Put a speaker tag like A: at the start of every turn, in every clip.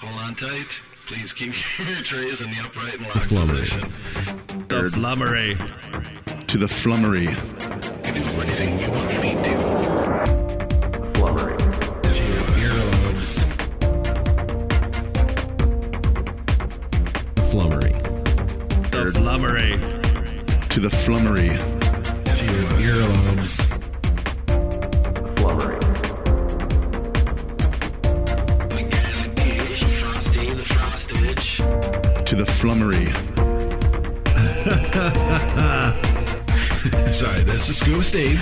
A: Fontite, please keep your trays in the upright and locked
B: flummery.
A: position.
C: The flummery.
D: To the flummery.
A: You can do anything you want me to.
E: Flummery.
A: To your earlobes.
B: The flummery.
C: The flummery.
D: To the flummery.
A: To your earlobes.
E: Flummery.
A: Again, Gage, Frosty, the Frostage.
D: To the flummery.
A: Sorry, this is Scuba Steve.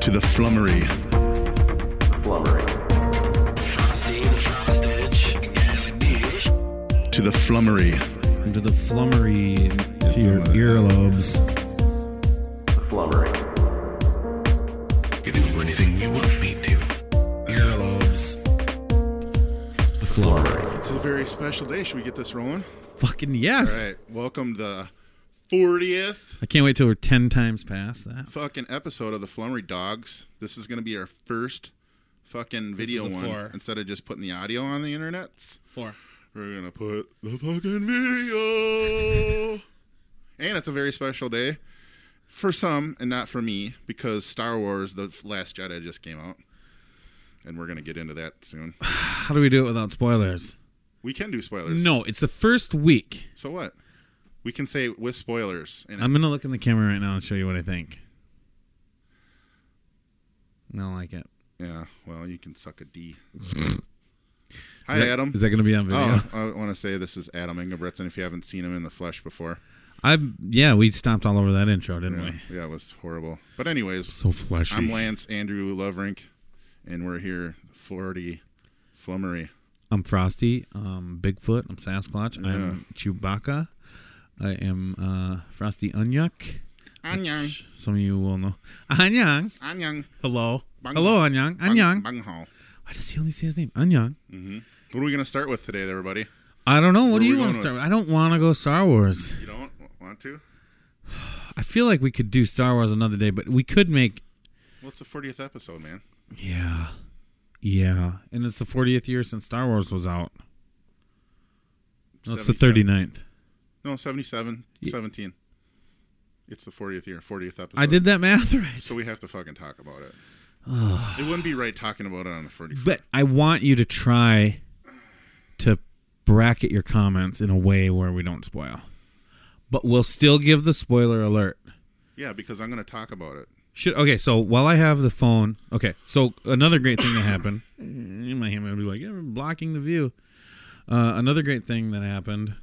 D: To the flummery.
E: Flummery.
A: Frosty, the Frostage. Again, Gage.
D: To the flummery.
F: Into the flummery, to your earlobes.
E: Flummery.
A: You can do anything you want me to. Earlobes.
B: The flummery.
D: It's a very special day. Should we get this rolling?
F: Fucking
D: All
F: yes.
D: right. Welcome the 40th
F: I can't wait till we're 10 times past that.
D: fucking episode of the Flummery Dogs. This is going to be our first fucking video
F: is a
D: one
F: four.
D: instead of just putting the audio on the internet.
F: Four.
D: We're gonna put the fucking video. and it's a very special day for some, and not for me, because Star Wars: The Last Jedi just came out, and we're gonna get into that soon.
F: How do we do it without spoilers?
D: We can do spoilers.
F: No, it's the first week.
D: So what? We can say with spoilers. And
F: I'm going to look in the camera right now and show you what I think. I don't like it.
D: yeah. Well, you can suck a D. Hi, Adam.
F: Is that going to be on video?
D: Oh, I want to say this is Adam Ingebretson. If you haven't seen him in the flesh before,
F: I yeah, we stomped all over that intro, didn't
D: yeah,
F: we?
D: yeah, it was horrible. But anyways,
F: So fleshy.
D: I'm Lance Andrew Lovrink, and we're here, 40 Flummery.
F: I'm Frosty. I'm Bigfoot. I'm Sasquatch. I'm Chewbacca. I am uh, Frosty Anyuk.
D: Anyang,
F: Some of you will know. Anyang.
D: Anyang,
F: Hello.
D: Bang-
F: Hello, Anyang. Anyang.
D: Bang, Banghao.
F: Why does he only say his name? Anyang.
D: What are we going to start with today, everybody?
F: I don't know. What
D: Where
F: do
D: are
F: you
D: we
F: want
D: going
F: to start
D: with-
F: with? I don't want to go Star Wars.
D: You don't want to?
F: I feel like we could do Star Wars another day, but we could make.
D: Well, it's the 40th episode, man.
F: Yeah. Yeah. And it's the 40th year since Star Wars was out. No, it's the
D: 79
F: 39th.
D: No, 77, 17. It's the 40th year, 40th episode.
F: I did that math right.
D: So we have to fucking talk about it. it wouldn't be right talking about it on the 40th.
F: But I want you to try to bracket your comments in a way where we don't spoil. But we'll still give the spoiler alert.
D: yeah, because I'm going to talk about it.
F: Should okay, so while I have the phone, okay, so another great thing that happened. in my hand would be like, yeah, we're blocking the view. Uh, another great thing that happened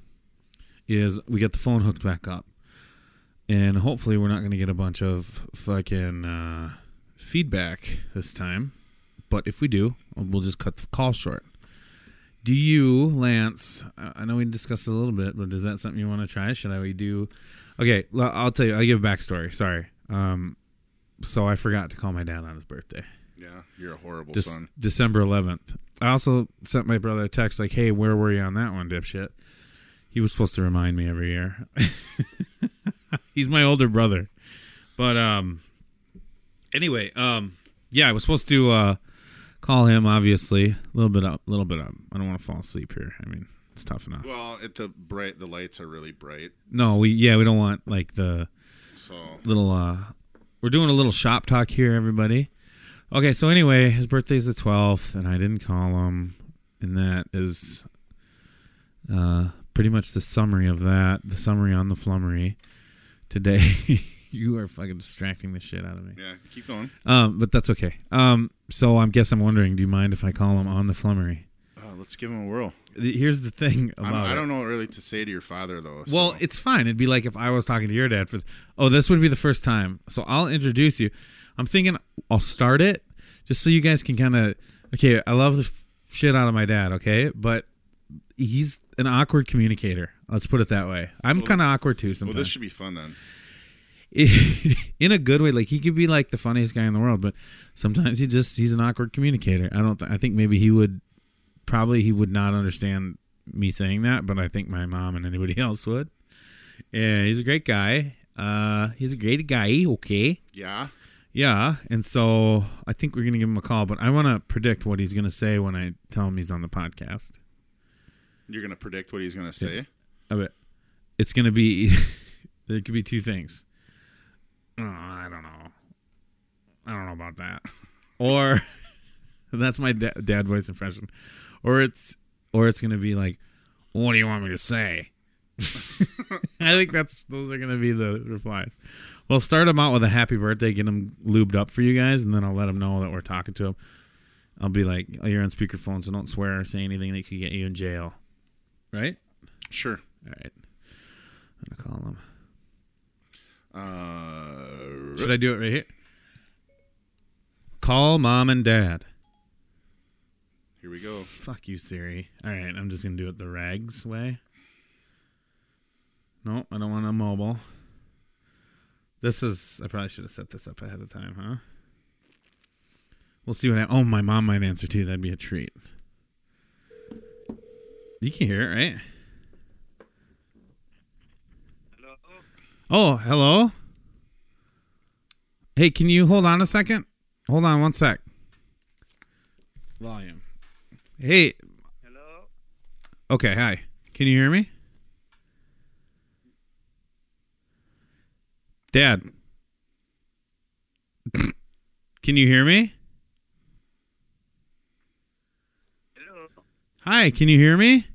F: is we got the phone hooked back up. And hopefully we're not gonna get a bunch of fucking uh, feedback this time. But if we do, we'll just cut the call short. Do you, Lance? I I know we discussed it a little bit, but is that something you want to try? Should I we do? Okay, l- I'll tell you. I'll give a backstory. Sorry. Um, so I forgot to call my dad on his birthday,
D: Yeah, you're a horrible
F: Dec-
D: son.
F: December 11th. I also sent my brother a text like, "Hey, where were you on that one, dipshit?" He was supposed to remind me every year. He's my older brother, but um, anyway, um, yeah, I was supposed to uh call him. Obviously, a little bit up, a little bit up. I don't want to fall asleep here. I mean, it's tough enough.
D: Well, it, the bright, the lights are really bright,
F: No, we yeah, we don't want like the
D: so
F: little uh we're doing a little shop talk here, everybody. Okay, so anyway, his birthday's the twelfth and I didn't call him and that is uh pretty much the summary of that. The summary on the flummery today. you are fucking distracting the shit out of me.
D: yeah, keep going.
F: Um, but that's okay. Um so I guess I'm wondering, do you mind if I call him on the flummery?
D: Uh, let's give him a whirl.
F: The- Here's the thing
D: I
F: about
D: don't, I
F: it.
D: don't know what really to say to your father though. so-
F: Well, it's fine. It'd be like if I was talking to your dad for, oh, this would be the first time. So I'll introduce you. I'm thinking I'll start it just so you guys can kind of, okay, I love the f- shit out of my dad, okay? But he's an awkward communicator. Let's put it that way. I'm kind of awkward too
D: well,
F: sometimes.
D: this should be fun then.
F: in a good way. Like he could be like the funniest guy in the world, but sometimes he just he's an awkward communicator. I don't. Th- I think maybe he would, probably he would not understand me saying that, but I think my mom and anybody else would. Yeah, he's a great guy. Uh, he's a great guy. Okay.
D: Yeah,
F: Yeah, and so I think we're gonna give him a call, but I want to predict what he's gonna say when I tell him he's on the podcast.
D: You're gonna predict what he's gonna say.
F: I bet it's gonna be. there could be two things. Oh, I don't know. I don't know about that. Or that's my da- dad voice impression. Or it's or it's gonna be like, what do you want me to say? I think that's those are gonna be the replies. Well, start them out with a happy birthday, get them lubed up for you guys, and then I'll let them know that we're talking to them. I'll be like, oh, you're on speakerphone, so don't swear or say anything that could get you in jail. Right?
D: Sure.
F: All right. I'm gonna call him.
D: Uh,
F: Should I do it right here? Call mom and dad.
D: here we go.
F: Fuck you, Siri. All right, I'm just gonna do it the rags way. No, I don't want a mobile. This is. I probably should have set this up ahead of time, huh? We'll see what. I, oh, my mom might answer too. That'd be a treat. You can hear it, right? Hello. Oh, hello. Hey, can you hold on a second? Hold on one sec. Volume. Hey. Hello. Okay, hi. Can you hear me? Dad. Can you hear me? Hello. Hi, can you hear me?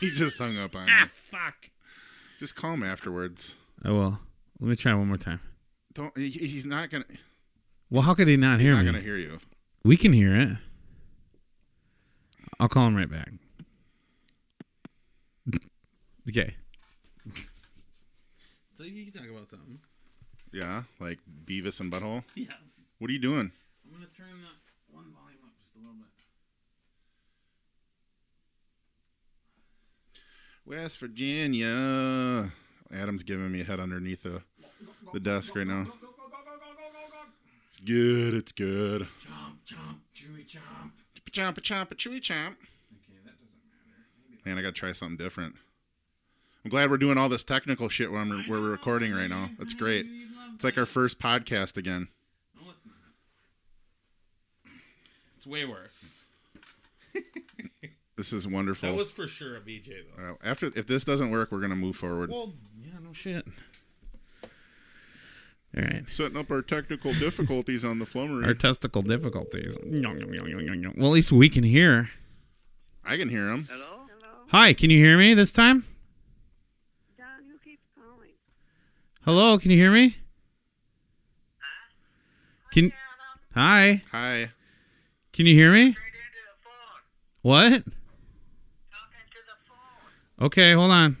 D: he just hung up on you.
F: Ah, Fuck.
D: Just call him afterwards.
F: I will. Oh, Let me try one more time.
D: Don't. He, he's not gonna.
F: Well, how could he not hear
D: Not
F: me?
D: gonna hear you.
F: We can hear it. I'll call him right back. okay. So you can talk about something.
D: Yeah, like Beavis and Butthole. Yes. What are you doing?
F: I'm gonna turn the one volume up just a little bit.
D: West Virginia. Adam's giving me a head underneath the, the desk right now. It's good. It's good. Chomp, chomp, chewy chomp. Chomp, chomp, chewy chomp. Man, I gotta try something different. I'm glad we're doing all this technical shit when we're, we're recording right now. That's great. It's like our first podcast again.
F: No, it's not. It's way worse.
D: This is wonderful.
F: That was for sure a VJ though.
D: Uh, after if this doesn't work, we're gonna move forward.
F: Well, yeah, no shit. All right.
D: Setting up our technical difficulties on the flummery.
F: Our testicle difficulties. Yong, yong, yong, yong, yong, yong. Well, at least we can hear.
D: I can hear him.
F: Hi, can you hear me this time?
G: Don, who keeps calling?
F: Hello, can you hear me? Can Hi,
D: Hi.
F: can you hear me? What? Okay, hold on.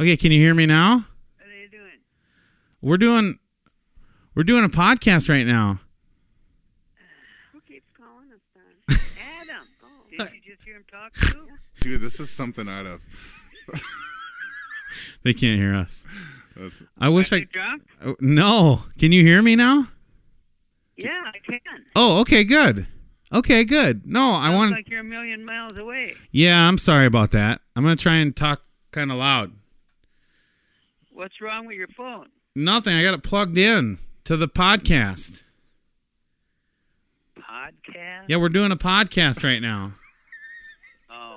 F: Okay, can you hear me now?
G: What are you doing?
F: We're doing we're doing a podcast right now.
G: Who keeps calling us, Don? Adam. Oh, did you just hear him talk to you?
D: Dude, this is something out of.
F: They can't hear us.
D: That's,
F: I wish
G: You
F: I
G: drunk?
F: oh, No, can you hear me now?
G: Yeah, I can.
F: Oh, okay, good. Okay, good. No, I
G: Sounds
F: want
G: like you're a million miles away.
F: Yeah, I'm sorry about that. I'm going to try and talk kind of loud.
G: What's wrong with your phone?
F: Nothing. I got it plugged in to the podcast.
G: Podcast?
F: Yeah, we're doing a podcast right now.
G: Oh,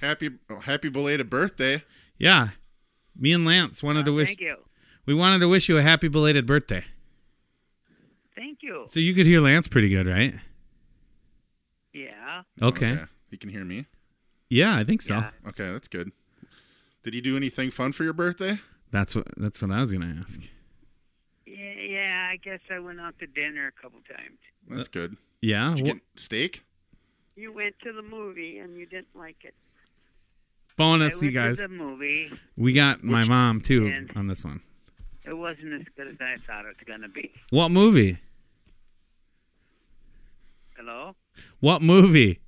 D: happy oh, happy belated birthday.
F: Yeah. Me and Lance wanted to
G: well,
F: wish
G: Oh, thank you.
F: we wanted to wish you a happy belated birthday.
G: Thank you.
F: So you could hear Lance pretty good, right?
G: Yeah.
D: Oh,
F: Okay.
D: He can hear me.
F: Yeah, I think so.
G: Yeah.
D: Okay, that's good. Did he do anything fun for your birthday?
F: That's what that's what I was going to ask.
G: yeah. Yeah, I guess I went out to dinner a couple times.
D: That's
F: Uh,
D: good.
F: Yeah.
D: Did you
F: wh-
D: get steak?
G: You went to the movie and you didn't like it.
F: bonus
G: I
F: you
G: went
F: guys.
G: to the movie.
F: we got my mom too
G: And-
F: on this one.
G: It wasn't as good as I thought it was going to be.
F: What movie?
G: Hello?
F: What movie?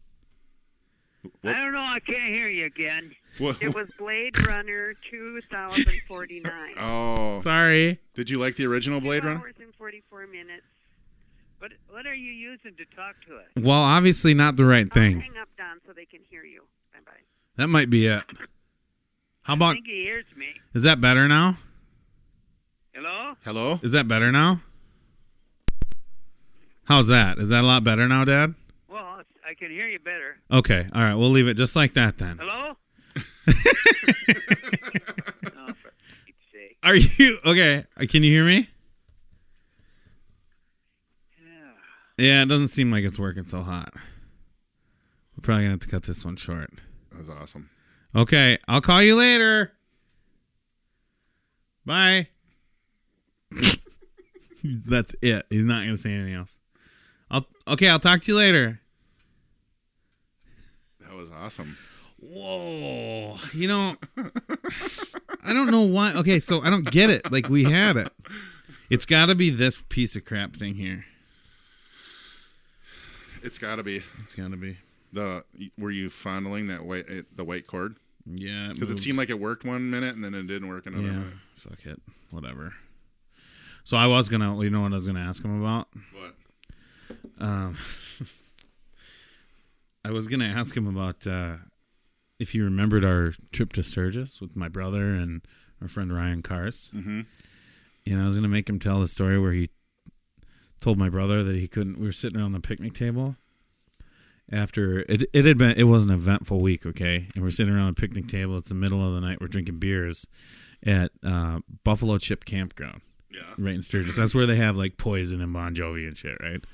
D: What-
G: I don't know. I can't hear you again.
D: What?
G: It was Blade Runner 2049.
D: Oh,
F: Sorry.
D: did you like the original Blade
G: Two
D: Runner?
G: hours and 44 minutes. What, what are you using to talk to us?
F: Well, obviously not the right
G: I'll
F: thing.
G: hang up, Don, so they can hear you. Bye-bye.
F: That might be it. How
G: I
F: about
G: think he hears me.
F: Is that better now?
G: Hello?
D: Hello.
F: Is that better now? How's that? Is that a lot better now, Dad?
G: Well, I I can hear you better.
F: Okay. All right. We'll leave it just like that then.
G: Hello? oh, for Pete's sake.
F: Are you okay? Uh, Can you hear me?
G: Yeah.
F: Yeah, it doesn't seem like it's working so hot. We're probably gonna have to cut this one short.
D: That was awesome.
F: Okay, I'll call you later. Bye. That's it. He's not gonna say anything else. I'll okay. I'll talk to you later.
D: That was awesome.
F: Whoa. You know, I don't know why. Okay, so I don't get it. Like we had it. It's got to be this piece of crap thing here.
D: It's got to be
F: It's got to be.
D: the. Were you fondling that white eh, the white cord?
F: Yeah.
D: Because it
F: moved.
D: seemed like it worked one minute and then it didn't work another
F: Yeah.
D: minute.
F: Fuck it. Whatever. So I was gonna, you know, what I was gonna ask him about.
D: But
F: Um, I was gonna ask him about uh, if he remembered our trip to Sturgis with my brother and our friend Ryan Cars.
D: Mhm.
F: And I was gonna make him tell the story where he told my brother that he couldn't. We were sitting around the picnic table after it. It had been. It was an eventful week, okay. And we're sitting around a picnic table. It's the middle of the night. We're drinking beers at uh, Buffalo Chip Campground
D: yeah,
F: right in Sturgis. That's where they have like Poison and Bon Jovi and shit, right?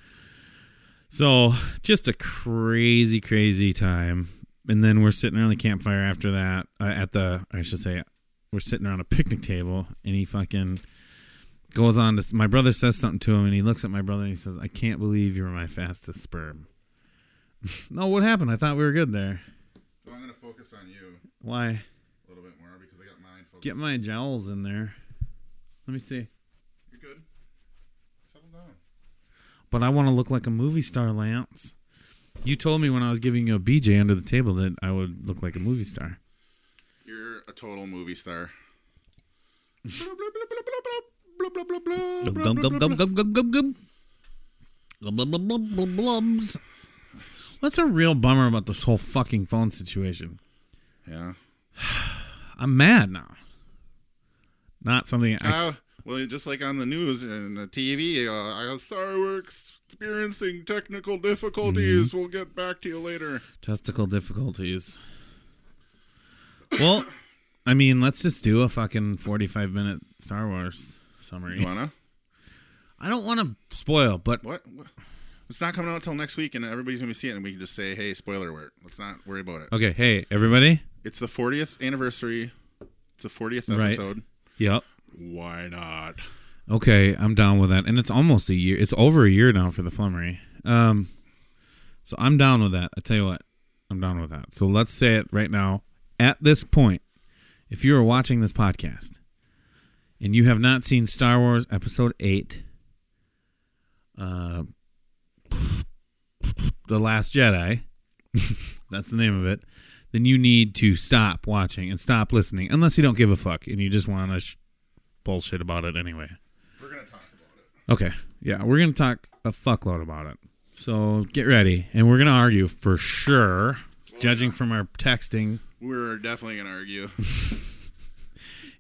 F: So just a crazy, crazy time. And then we're sitting around the campfire after that. Uh, at the, I should say, we're sitting around a picnic table, and he fucking goes on to. s- My brother says something to him, and he looks at my brother and he says, "I can't believe you were my fastest sperm." no, what happened? I thought we were good there.
D: so I'm gonna focus on you
F: Why?
D: a little bit more because I got mine focused.
F: Get my jowls in there. Let me see.
D: You're good. Settle down.
F: but I want to look like a movie star, Lance. You told me when I was giving you a BJ under the table that I would look like a movie star.
D: You're a total movie star.
F: Glub, glub, glub, glub, glub, glub, glub, glub. Glub, glub, glub, glub, glub, glubs. That's a real bummer about this whole fucking phone situation.
D: Yeah.
F: I'm mad now. Not something I.
D: Uh, well, just like on the news and the TV, uh, I'm sorry we're experiencing technical difficulties.
F: Mm-hmm.
D: We'll get back to you later.
F: Testicle difficulties. Well, I mean, let's just do a fucking 45 minute Star Wars
D: You
F: summary.
D: wanna?
F: I don't want to spoil, but
D: What? What? It's not coming out till next week, and everybody's gonna see it, and we can just say, "Hey, spoiler alert!" Let's not worry about it.
F: okay, hey, everybody.
D: It's the 40th anniversary. It's the 40th
F: Right.
D: episode.
F: Yep.
D: Why not?
F: Okay, I'm down with that. And it's almost a year. It's over a year now for the flummery. Um, so I'm down with that. I tell you what, I'm down with that. So let's say it right now. At this point, if you are watching this podcast and you have not seen Star Wars Episode Eight, uh, the Last Jedi, that's the name of it. Then you need to stop watching and stop listening, unless you don't give a fuck and you just want to sh- bullshit about it anyway.
D: We're gonna talk about it.
F: Okay. Yeah, we're gonna talk a fuckload about it. So get ready, and we're gonna argue for sure. Judging from our texting,
D: We're definitely gonna argue.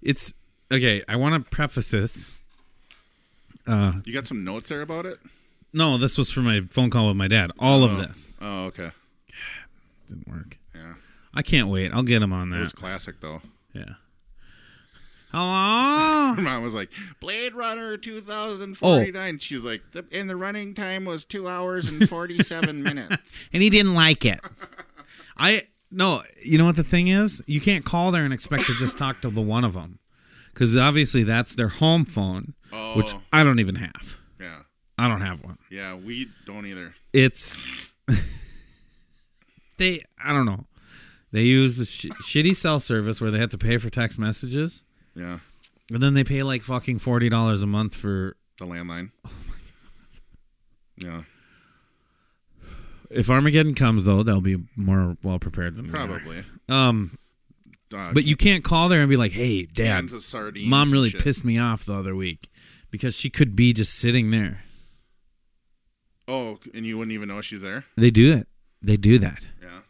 F: it's okay. I want to preface this.
D: You got some notes there about it?
F: No, this was for my phone call with my dad. All of this
D: Oh, okay.
F: didn't work.
D: Yeah,
F: I can't wait. I'll get him on
D: it was
F: that.
D: classic though.
F: Yeah. Hello.
D: Her mom was like, Blade Runner 2049.
F: Oh.
D: She's like, the, and the running time was two hours and 47 minutes.
F: and he didn't like it. I no, you know what the thing is? You can't call there and expect to just talk to the one of them, because obviously that's their home phone, which
D: Oh.
F: I don't even have.
D: Yeah.
F: I don't have one.
D: Yeah, we don't either.
F: It's they. I don't know. They use the sh- shitty cell service where they have to pay for text messages,
D: Yeah,
F: and then they pay like fucking forty dollars a month for.
D: the landline. Oh, my God.
F: If Armageddon comes though, they'll be more well prepared than
D: Yeah,
F: we are.
D: probably.
F: Um,
D: Uh,
F: but you can't call there and be like, "Hey, Dad,
D: cans of sardines
F: mom
D: and
F: really
D: shit.
F: pissed me off the other week because she could be just sitting there.
D: Oh, and you wouldn't even know she's there?
F: They do it. They do that.
D: Yeah.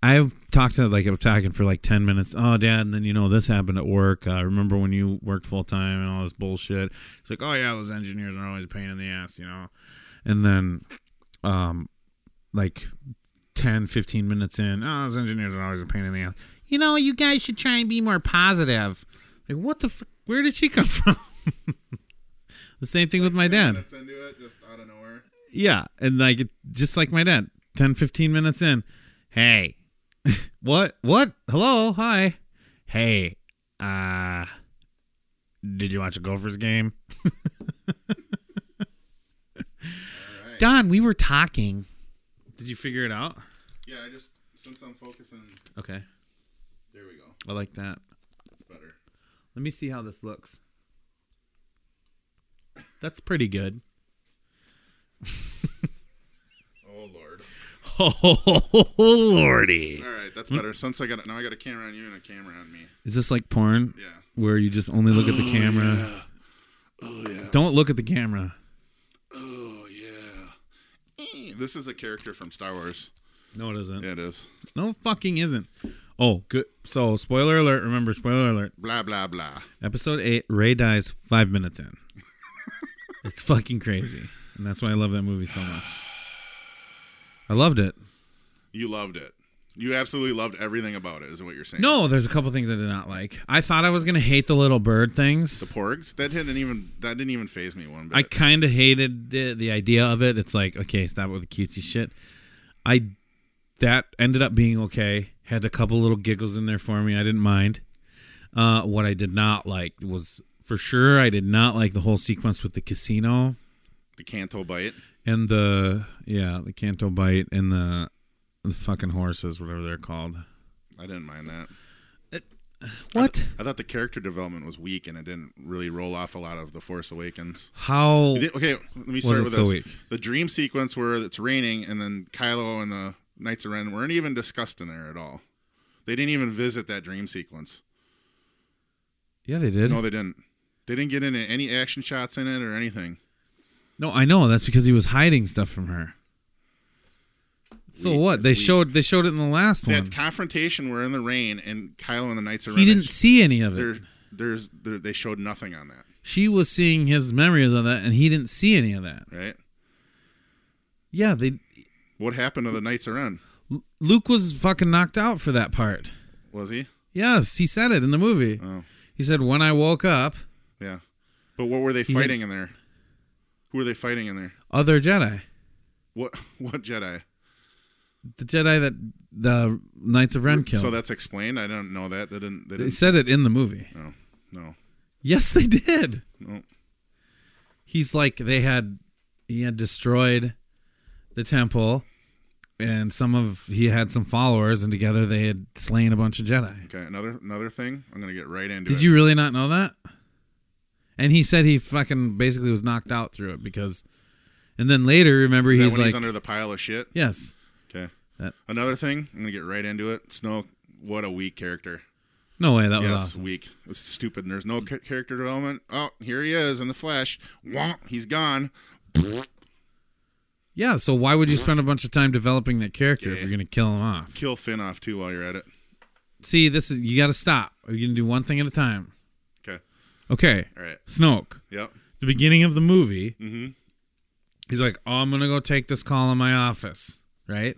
F: I've talked to like I'm talking for like ten minutes. Oh, dad, and then you know this happened at work. Uh, remember when you worked full time and all this bullshit? It's like, oh yeah, those engineers are always a pain in the ass, you know. And then, um, like 10, 15 minutes in, oh, those engineers are always a pain in the ass. You know, you guys should try and be more positive. Like, what the? F- where did she come from? the same thing with my dad.
D: Minutes into it, just out of nowhere.
F: Yeah, and like it, just like my dad, 10, 15 minutes in, hey, what, what? Hello, hi, hey, uh, did you watch a Gophers game? Don, we were talking. Did you figure it out?
D: Yeah, I just since I'm focusing,
F: Okay,
D: there we go.
F: I like that.
D: It's better.
F: Let me see how this looks. That's pretty good.
D: Oh lord.
F: Oh lordy!
D: All right, that's better. Since I got now, I got a camera on you and a camera on me.
F: Is this like porn?
D: Yeah.
F: where you just only look at the camera. Don't look at the camera.
D: Oh yeah. Eh, This is a character from Star Wars.
F: No, it isn't.
D: Yeah, it is.
F: No, fucking isn't. Oh, good. So, spoiler alert. Remember, spoiler alert.
D: Blah blah blah.
F: Episode eight. Ray dies five minutes in. it's fucking crazy, and that's why I love that movie so much. I loved it.
D: You loved it. You absolutely loved everything about it. Is what you're saying?
F: No, there's a couple things I did not like. I thought I was gonna hate the little bird things.
D: The porgs. That didn't even. That didn't even phase me one bit.
F: I kind of hated the, the idea of it. It's like, okay, stop with the cutesy shit. I that ended up being okay. Had a couple little giggles in there for me. I didn't mind. Uh, what I did not like was for sure. I did not like the whole sequence with the casino
D: the Canto bite.
F: and the yeah, the Canto Bite and the the fucking horses, whatever they're called.
D: I didn't mind that.
F: What?
D: I thought the character development was weak, and it didn't really roll off a lot of the Force Awakens.
F: How?
D: Did- Okay, let me start
F: it
D: with
F: so
D: this.
F: weak?
D: The dream sequence where it's raining and then Kylo and the Knights of Ren weren't even discussed in there at all. They didn't even visit that dream sequence.
F: Yeah, they did.
D: No, they didn't. They didn't get into any action shots in it or anything.
F: No, I know. That's because he was hiding stuff from her. So
D: Weak.
F: what?
D: It's
F: They
D: weak.
F: showed they showed it in the last one.
D: That confrontation where in the rain and Kylo and the Knights of Ren.
F: He didn't see any of
D: There,
F: it.
D: there's, there, they showed nothing on that,
F: She was seeing his memories of that, and he didn't see any of that.
D: right?
F: Yeah, they.
D: What happened to the Knights of Ren?
F: Luke was fucking knocked out for that part.
D: Was he?
F: Yes, he said it in the movie.
D: Oh.
F: He said, "When I woke up,
D: Yeah. But what were they
F: had-
D: fighting in there? Who were they fighting in there?
F: other Jedi,
D: What what Jedi?
F: the Jedi that the Knights of Ren killed."
D: So that's explained. I don't know that. They didn't. They
F: they
D: didn't.
F: said it in the movie.
D: No, no,
F: Yes, they did.
D: no.
F: He's like they had he had destroyed the temple, and some of he had some followers, and together they had slain a bunch of Jedi.
D: Okay, another another thing. I'm gonna get right into
F: Did
D: it.
F: you really not know that? And he said he fucking basically was knocked out through it because, and then later, remember
D: Is that
F: he's
D: when
F: like,
D: he's under the pile of shit?
F: yes,
D: Okay.
F: That-
D: Another thing. I'm gonna get right into it. Snoke. What a weak character.
F: no way, that was
D: yes,
F: Oh, awesome.
D: weak. It was stupid. And there's no ca- character development. Oh, here he is in the flesh. Womp. He's gone.
F: Yeah, so why would you spend a bunch of time developing that character if
D: Yeah.
F: you're gonna kill him off?
D: Kill Finn off too while you're at it.
F: See, this is you got to stop. You're gonna do one thing at a time.
D: Okay.
F: Okay,
D: All right.
F: Snoke.
D: Yep.
F: The beginning of the movie,
D: Mm-hmm.
F: he's like, "Oh, I'm gonna go take this call in my office," right?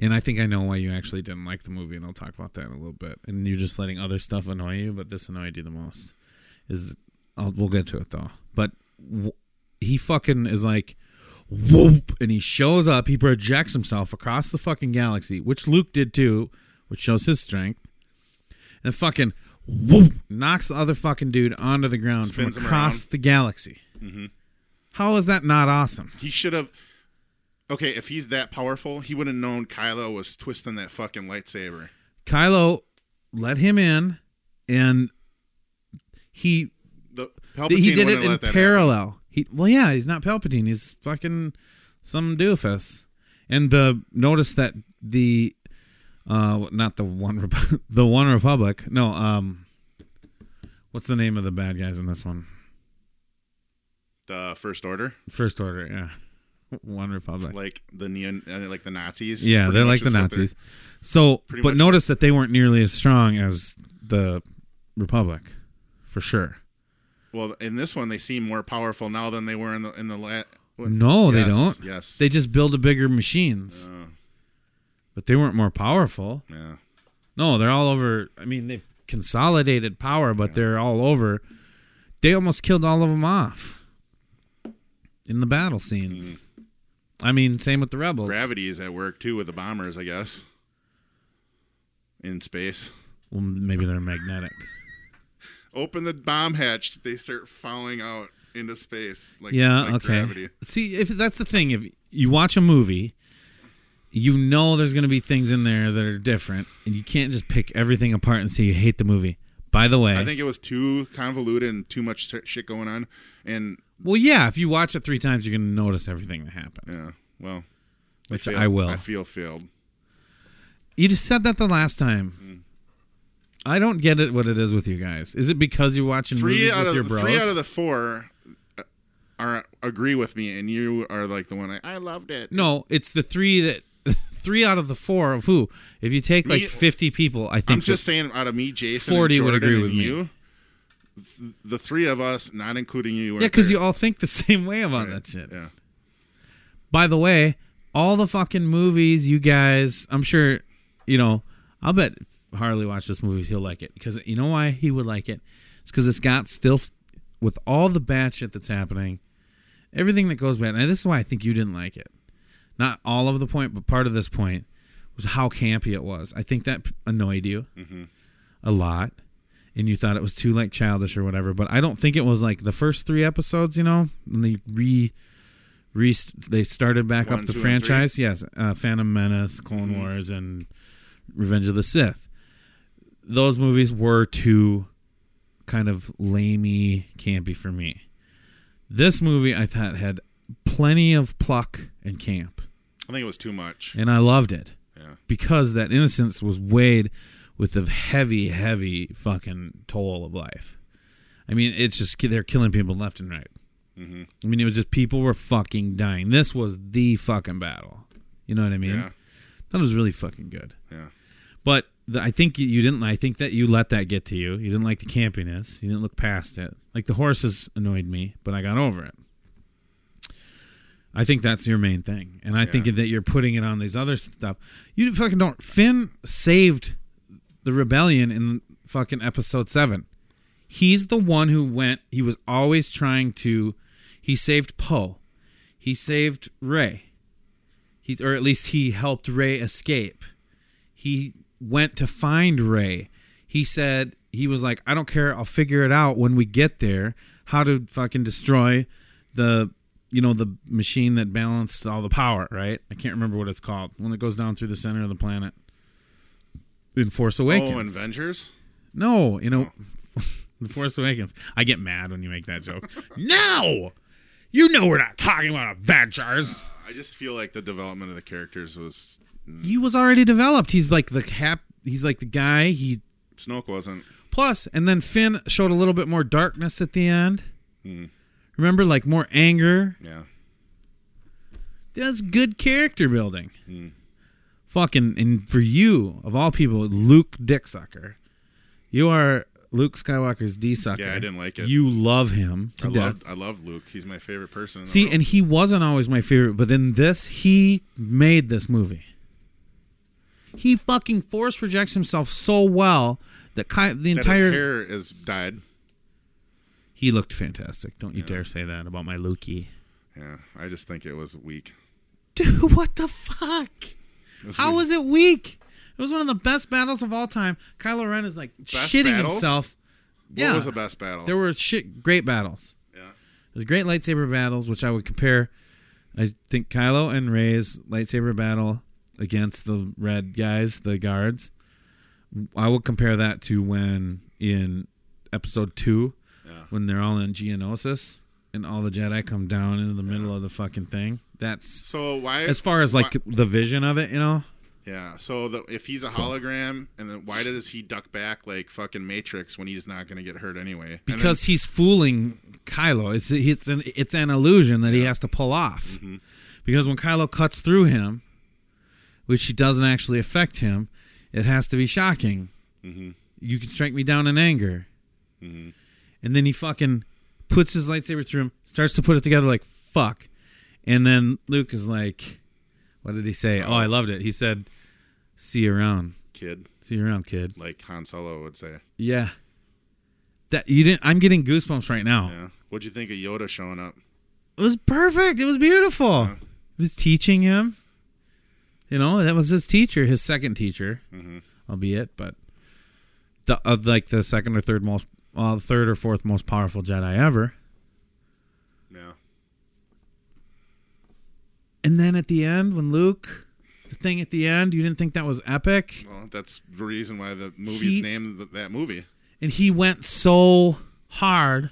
F: And I think I know why you actually didn't like the movie, and I'll talk about that in a little bit. And you're just letting other stuff annoy you, but this annoyed you the most. Is I'll, we'll get to it though. But w- he fucking is like, whoop, and he shows up. He projects himself across the fucking galaxy, which Luke did too, which shows his strength. And fucking whoop knocks the other fucking dude onto the ground
D: Spins
F: from
D: him around.
F: across
D: Mm-hmm.
F: the galaxy. How is that not awesome?
D: He should have. Okay, if he's that powerful, he would have known Kylo was twisting that fucking lightsaber.
F: Kylo let him in, and he
D: The Palpatine
F: he did
D: wouldn't
F: it
D: have
F: in
D: let that happen.
F: parallel. He well, yeah, he's not Palpatine. He's fucking some doofus. And the notice that the uh not the one Rep- the one Republic. No, um, what's the name of the bad guys in this one?
D: The First Order.
F: First Order. Yeah, one Republic.
D: like the neo, uh, like the Nazis.
F: yeah,
D: Pretty
F: they're
D: much
F: like the
D: is what
F: Nazis. So,
D: pretty
F: but
D: much-
F: notice that they weren't nearly as strong as the Republic, for sure.
D: they're- Well, in this one, they seem more powerful now than they were in the in the la- what-
F: No, they
D: Yes,
F: don't.
D: Yes,
F: They just build a bigger machines.
D: Uh,
F: but they weren't more powerful.
D: Yeah.
F: No, they're all over. I mean, they've consolidated power, but they're all over. They almost killed all of them off in the battle scenes. I mean, same with the rebels.
D: Mm-hmm. Gravity is at work too with the bombers, I guess. In space.
F: Well, maybe they're magnetic.
D: Open the bomb hatch, they start falling out into space like
F: yeah.
D: like
F: okay.
D: gravity.
F: See, if that's the thing, if you watch a movie, you know there's going to be things in there that are different, and you can't just pick everything apart and say you hate the movie. By the way,
D: I think it was too convoluted and too much sh- shit going on and
F: well, yeah, if you watch it three times, you're going to notice everything that happened.
D: yeah, well,
F: Which
D: feel-
F: I will.
D: I feel failed.
F: You just said that the last
D: Mm.
F: time. I don't get it. What it is with you guys? Is it because you're watching
D: Three
F: movies
D: out
F: with
D: of
F: your bros?
D: three out of the four uh, are agree with me and you are like the one I, I loved it.
F: no, it's the three that three out of the four of who? If you take
D: Me-
F: like 50 people, I think
D: I'm
F: that-
D: just saying, out of me, Jason,
F: 40
D: and
F: would
D: Jordan,
F: agree
D: and
F: with me.
D: you, th- the three of us, not including you.
F: yeah, because you all think the same way about that shit.
D: Yeah,
F: By the way, all the fucking movies you guys, I'm sure, you know, I'll bet Harley watched this movie, he'll like it. Because you know why he would like it? It's because it's got still, with all the bad shit that's happening, everything that goes bad. And this is why I think you didn't like it. Not all of the point, but part of this point was how campy it was. I think that annoyed you
D: Mm-hmm.
F: a lot. And you thought it was too like childish or whatever, but I don't think it was like the first three episodes, you know, and they re, re they started back
D: One,
F: up the
D: two, and three? Mm-hmm.
F: franchise. Yes, uh, Phantom Menace, Clone Wars, and Revenge of the Sith. Those movies were too kind of lamey, campy for me. This movie I thought had plenty of pluck and camp,
D: I think it was too much.
F: and I loved it
D: Yeah.
F: because that innocence was weighed with the heavy, heavy fucking toll of life. I mean, it's just they're killing people left and right.
D: Mm-hmm.
F: I mean, it was just people were fucking dying. This was the fucking battle. You know what I mean?
D: Yeah.
F: That was really fucking good.
D: Yeah.
F: But the, I think you, you didn't. I think that you let that get to you. You didn't like the campiness. You didn't look past it. Like the horses annoyed me, but I got over it. I think that's your main thing, and I think that you're putting it on these other stuff. You fucking don't. Finn saved the rebellion in fucking episode seven. He's the one who went. He was always trying to. He saved Poe. He saved Ray. He or at least he helped Ray escape he went to find Ray. He said he was like, I don't care, I'll figure it out when we get there how to fucking destroy the you know the machine that balanced all the power, right? I can't remember what it's called. When it goes down through the center of the planet. In Force Awakens.
D: Oh, and Vengers?
F: No, you know, The Force Awakens. I get mad when you make that joke. no, you know we're not talking about Avengers.
D: I just feel like the development of the characters was
F: He was already developed. He's like the cap. He's like the guy. He
D: Snoke wasn't.
F: Plus, and then Finn showed a little bit more darkness at the end. Hmm. Remember, like more anger.
D: Yeah,
F: That's good character building. Fucking and for you of all people, Luke Dicksucker, you are Luke Skywalker's D sucker.
D: Yeah, I didn't like it.
F: You love him to
D: I love
F: death.
D: I love Luke. He's my favorite person. in the
F: See,
D: world.
F: and he wasn't always my favorite, but in this, he made this movie. He fucking force projects himself so well that ki- the
D: that his
F: entire
D: hair is dyed.
F: He looked fantastic. Don't you dare say that about my Loki.
D: Yeah, I just think it was weak.
F: Dude, what the fuck?
D: It was
F: How
D: weak.
F: was it weak? It was one of the best battles of all time. Kylo Ren is like shitting
D: battles?
F: himself.
D: What was the best battle?
F: There were shit great battles.
D: yeah.
F: There's great lightsaber battles, which I would compare. I think Kylo and Ray's lightsaber battle against the red guys, the guards. I would compare that to when in Episode Two, when they're all in Geonosis and all the Jedi come down into the middle of the fucking thing. That's
D: So why?
F: as far as like the vision of it, you know.
D: yeah. So the, if he's a hologram, and then why does he duck back like fucking Matrix when he's not going to get hurt anyway? And then-
F: because he's fooling Kylo. It's it's an it's an illusion that he has to pull off.
D: Mm-hmm.
F: Because when Kylo cuts through him, which he doesn't actually affect him, it has to be shocking.
D: Mm-hmm.
F: You can strike me down in anger, and then he fucking puts his lightsaber through him, starts to put it together like fuck, and then Luke is like, "What did he say? Oh, I loved it." He said, See you around.
D: kid,
F: See you around, kid.
D: like Han Solo would say.
F: Yeah. That you didn't I'm getting goosebumps right now.
D: Yeah. What'd you think of Yoda showing up?
F: It was perfect. It was beautiful.
D: Yeah.
F: It was teaching him. You know, that was his teacher, his second teacher, albeit, but the of like the second or third most, uh, third or fourth most powerful Jedi ever.
D: Yeah.
F: And then at the end, when Luke, the thing at the end, you didn't think that was epic,
D: Well, that's the reason why the movie's
F: He-
D: named th- that movie.
F: and he went so hard,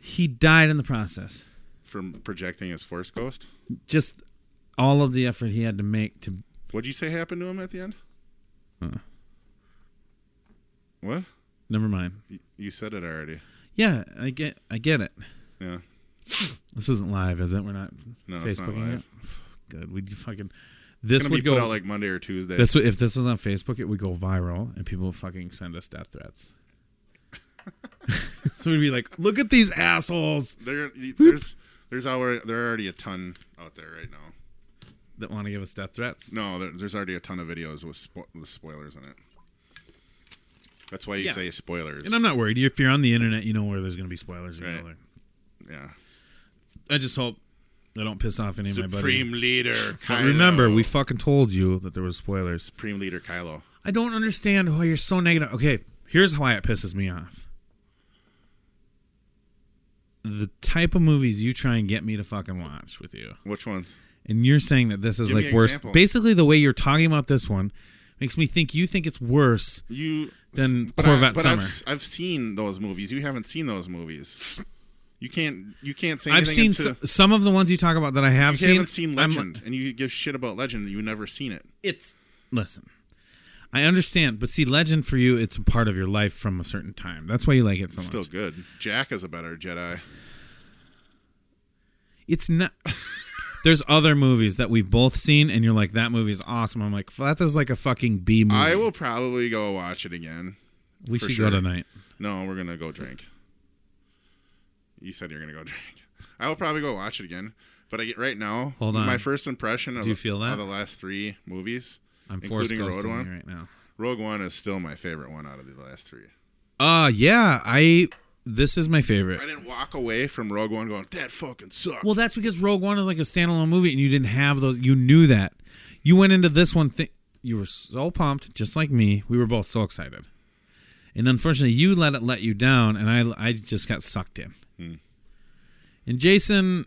F: he died in the process.
D: From projecting his Force Ghost.
F: Just all of the effort he had to make to
D: What'd you say happened to him at the end?
F: Uh.
D: What?
F: never mind.
D: Y- You said it already.
F: Yeah, I get, I get it.
D: Yeah.
F: This isn't live, is it? We're not
D: No,
F: Facebooking
D: it's not live.
F: it. Good. We fucking
D: It's
F: this
D: gonna be
F: would
D: put
F: go
D: out like Monday or Tuesday.
F: this would- if this was on Facebook, it would go viral and people would fucking send us death threats. so we'd be like, "Look at these assholes
D: there, y- there's there's already there are already a ton out there right now.
F: that want to give us death threats."
D: No, there, there's already a ton of videos with, spo- with spoilers in it. That's why you
F: Yeah.
D: say spoilers.
F: And I'm not worried. If you're on the internet, you know where there's going to be spoilers. You know
D: Right. yeah.
F: there. I just hope I don't piss off any of my buddies.
D: Supreme Leader.
F: But
D: Kylo.
F: remember, we fucking told you that there was spoilers.
D: Supreme Leader Kylo.
F: I don't understand why you're so negative. Okay, here's why it pisses me off. The type of movies you try and get me to fucking watch with you,
D: Which ones?
F: and you're saying that this is
D: Give me
F: like
D: an
F: worse.
D: example.
F: Basically, the way you're talking about this one makes me think you think it's worse.
D: You
F: Then
D: but
F: Corvette
D: but
F: Summer.
D: I've, I've seen those movies. You haven't seen those movies. You can't. You can't say.
F: I've
D: anything
F: seen
D: until-
F: s- some of the ones you talk about that I have
D: you
F: seen.
D: haven't seen
F: I'm-
D: Legend, and you give shit about Legend. You've never seen it.
F: it's listen. I understand, but see, Legend for you, it's a part of your life from a certain time. That's why you like it
D: It's
F: so much.
D: still good. Jack is a better Jedi.
F: it's not there's other movies that we've both seen and you're like that movie is awesome i'm like that is like a fucking b movie
D: I will probably go watch it again.
F: we
D: for
F: should
D: sure.
F: go tonight
D: No, we're gonna go drink. You said you're gonna go drink. I will probably go watch it again. But I get right now.
F: Hold on.
D: My first impression of,
F: Do you feel that?
D: of the last three movies,
F: i'm forced
D: including Rogue
F: ghosting you
D: One.
F: right now
D: Rogue One is still my favorite one out of the last three.
F: uh yeah i this is my
D: I
F: favorite
D: didn't walk away from Rogue One going, "That fucking sucked."
F: well that's because rogue one is like a standalone movie and you didn't have those you knew that you went into this one thing you were so pumped just like me we were both so excited and unfortunately you let it let you down and i i just got sucked in and jason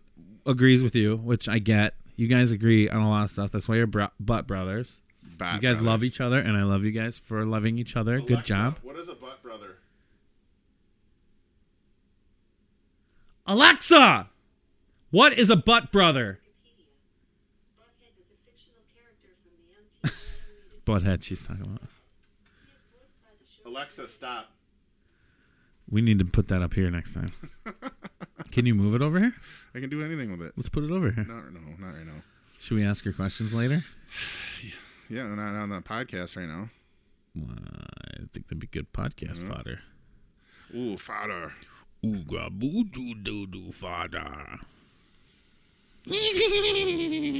F: agrees with you which i get you guys agree on a lot of stuff that's why you're bro- butt brothers
D: Bat
F: you guys love
D: Brothers.
F: each other and i love you guys for loving each other good
D: Alexa,
F: job
D: What is a butt brother?
F: alexa what is a butt brother
H: Buckhead is a fictional character from the MTV animated
F: butthead she's talking about
H: series voiced by the show.
D: Alexa, stop.
F: we need to put that up here next time can you move it over here
D: I can do anything with it.
F: let's put it over here
D: No, no, not right now.
F: should we ask her questions later
D: Yeah, not on the podcast right now.
F: Well, i think that'd be good podcast fodder
D: Ooh, fodder.
F: Ooga boo doo doo doo fodder.
D: So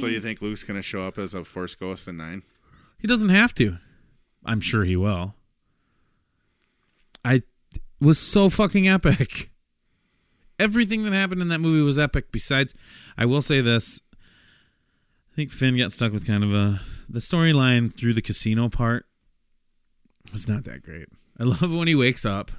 D: you think Luke's gonna show up as a Force Ghost in nine?
F: He doesn't have to. I'm sure he will. I it was so fucking epic. Everything that happened in that movie was epic. Besides, I will say this. I think Finn got stuck with kind of a the storyline through the casino part was not that great. I love when he wakes up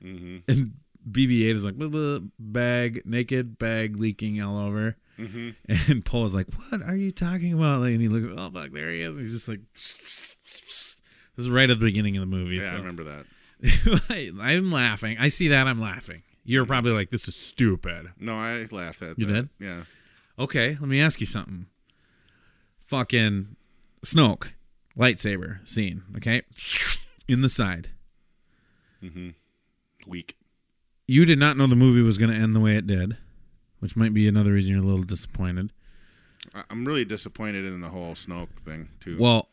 D: Mm-hmm.
F: and BB-8 is like blah, blah, bag naked, bag leaking all over.
D: Mm-hmm.
F: And Paul is like, "What are you talking about?" Like, and he looks, "Oh fuck, there he is." And he's just like, "This is right at the beginning of the movie."
D: Yeah,
F: so-
D: I remember that.
F: I'm laughing. I see that. I'm laughing. You're probably like, "This is stupid."
D: No, I laughed at
F: You
D: that.
F: did?
D: Yeah.
F: Okay, let me ask you something. Fucking Snoke lightsaber scene. Okay, in the side.
D: Weak.
F: you did not know the movie was going to end the way it did, which might be another reason you're a little disappointed.
D: I- I'm really disappointed in the whole Snoke thing too.
F: Well,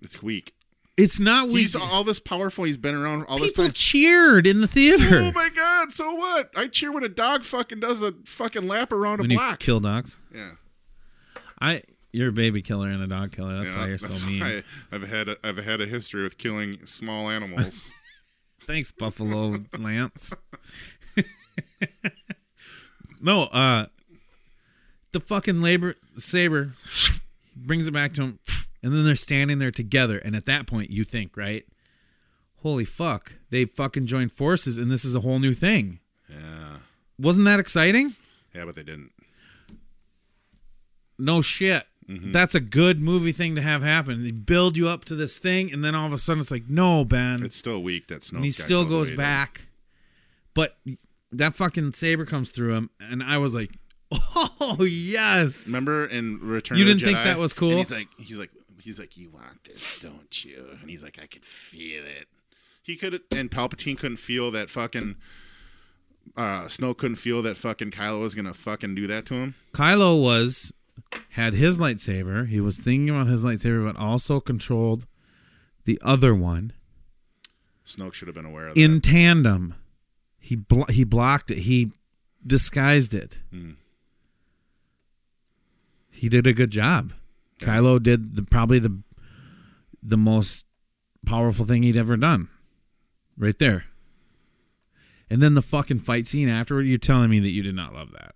D: it's weak.
F: it's not we
D: He's all this powerful. He's been around all this
F: people
D: time.
F: cheered in the theater
D: Oh my god! So what? I cheer when a dog fucking does a fucking lap around a
F: when you
D: block.
F: kill dogs.
D: yeah.
F: I You're a baby killer and a dog killer. That's
D: Yeah,
F: why you're so mean.
D: why I've had a, I've had a history with killing small animals.
F: Thanks, Buffalo Lance. no, uh the fucking labor saber brings it back to him and then they're standing there together and at that point you think, right? Holy fuck, they fucking joined forces and this is a whole new thing.
D: yeah,
F: Wasn't that exciting?
D: yeah, but they didn't.
F: No shit. That's a good movie thing to have happen. They build you up to this thing and then all of a sudden it's like, "No, Ben.
D: It's still weak. That snow.
F: and he still goes back. But that fucking saber comes through him, and I was like, "Oh yes!"
D: Remember in Return?
F: You
D: of the
F: didn't think
D: Jedi?
F: that was cool?
D: And he's like, he's like, he's like, you want this, don't you? And he's like, I could feel it. He could, and Palpatine couldn't feel that fucking. Uh, Snow couldn't feel that fucking Kylo was gonna fucking do that to him.
F: Kylo was had his lightsaber. He was thinking about his lightsaber, but also controlled the other one
D: Snoke should have been aware of that.
F: in tandem. He blo- he blocked it. He disguised it. He did a good job. Kylo did the, probably the the most powerful thing he'd ever done, right there. And then the fucking fight scene afterward. You're telling me that you did not love that?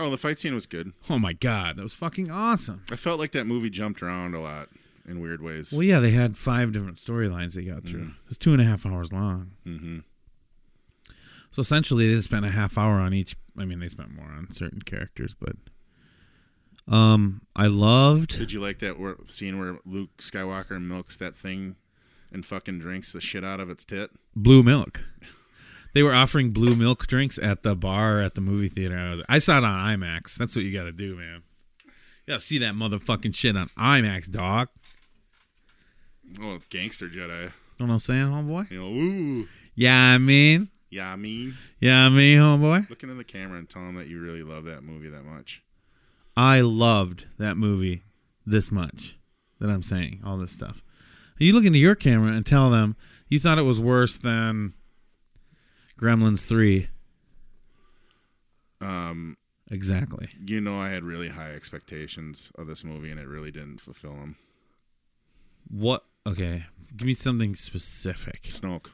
D: oh, the fight scene was good.
F: Oh my god, that was fucking awesome.
D: I felt like that movie jumped around a lot in weird ways.
F: Well, yeah, they had five different storylines they got through. It's two and a half hours long. Mm-hmm. So essentially, they spent a half hour on each. I mean, they spent more on certain characters, but um, I loved.
D: Did you like that where, scene where Luke Skywalker milks that thing and fucking drinks the shit out of its tit?
F: blue milk. They were offering blue milk drinks at the bar at the movie theater. I was- I saw it on IMAX. That's what you got to do, man. You got to see that motherfucking shit on IMAX, dog.
D: Oh, it's gangster Jedi.
F: You know what I'm saying, homeboy?
D: You know, ooh,
F: Yeah, I mean,
D: yeah, I mean,
F: yeah, I mean, homeboy.
D: looking in the camera and tell him that you really love that movie that much.
F: I loved that movie this much that I'm saying all this stuff. You look into your camera and tell them you thought it was worse than Gremlins 3.
D: Um,
F: Exactly.
D: you know, I had really high expectations of this movie and it really didn't fulfill them.
F: What? Okay. Give me something specific.
D: Snoke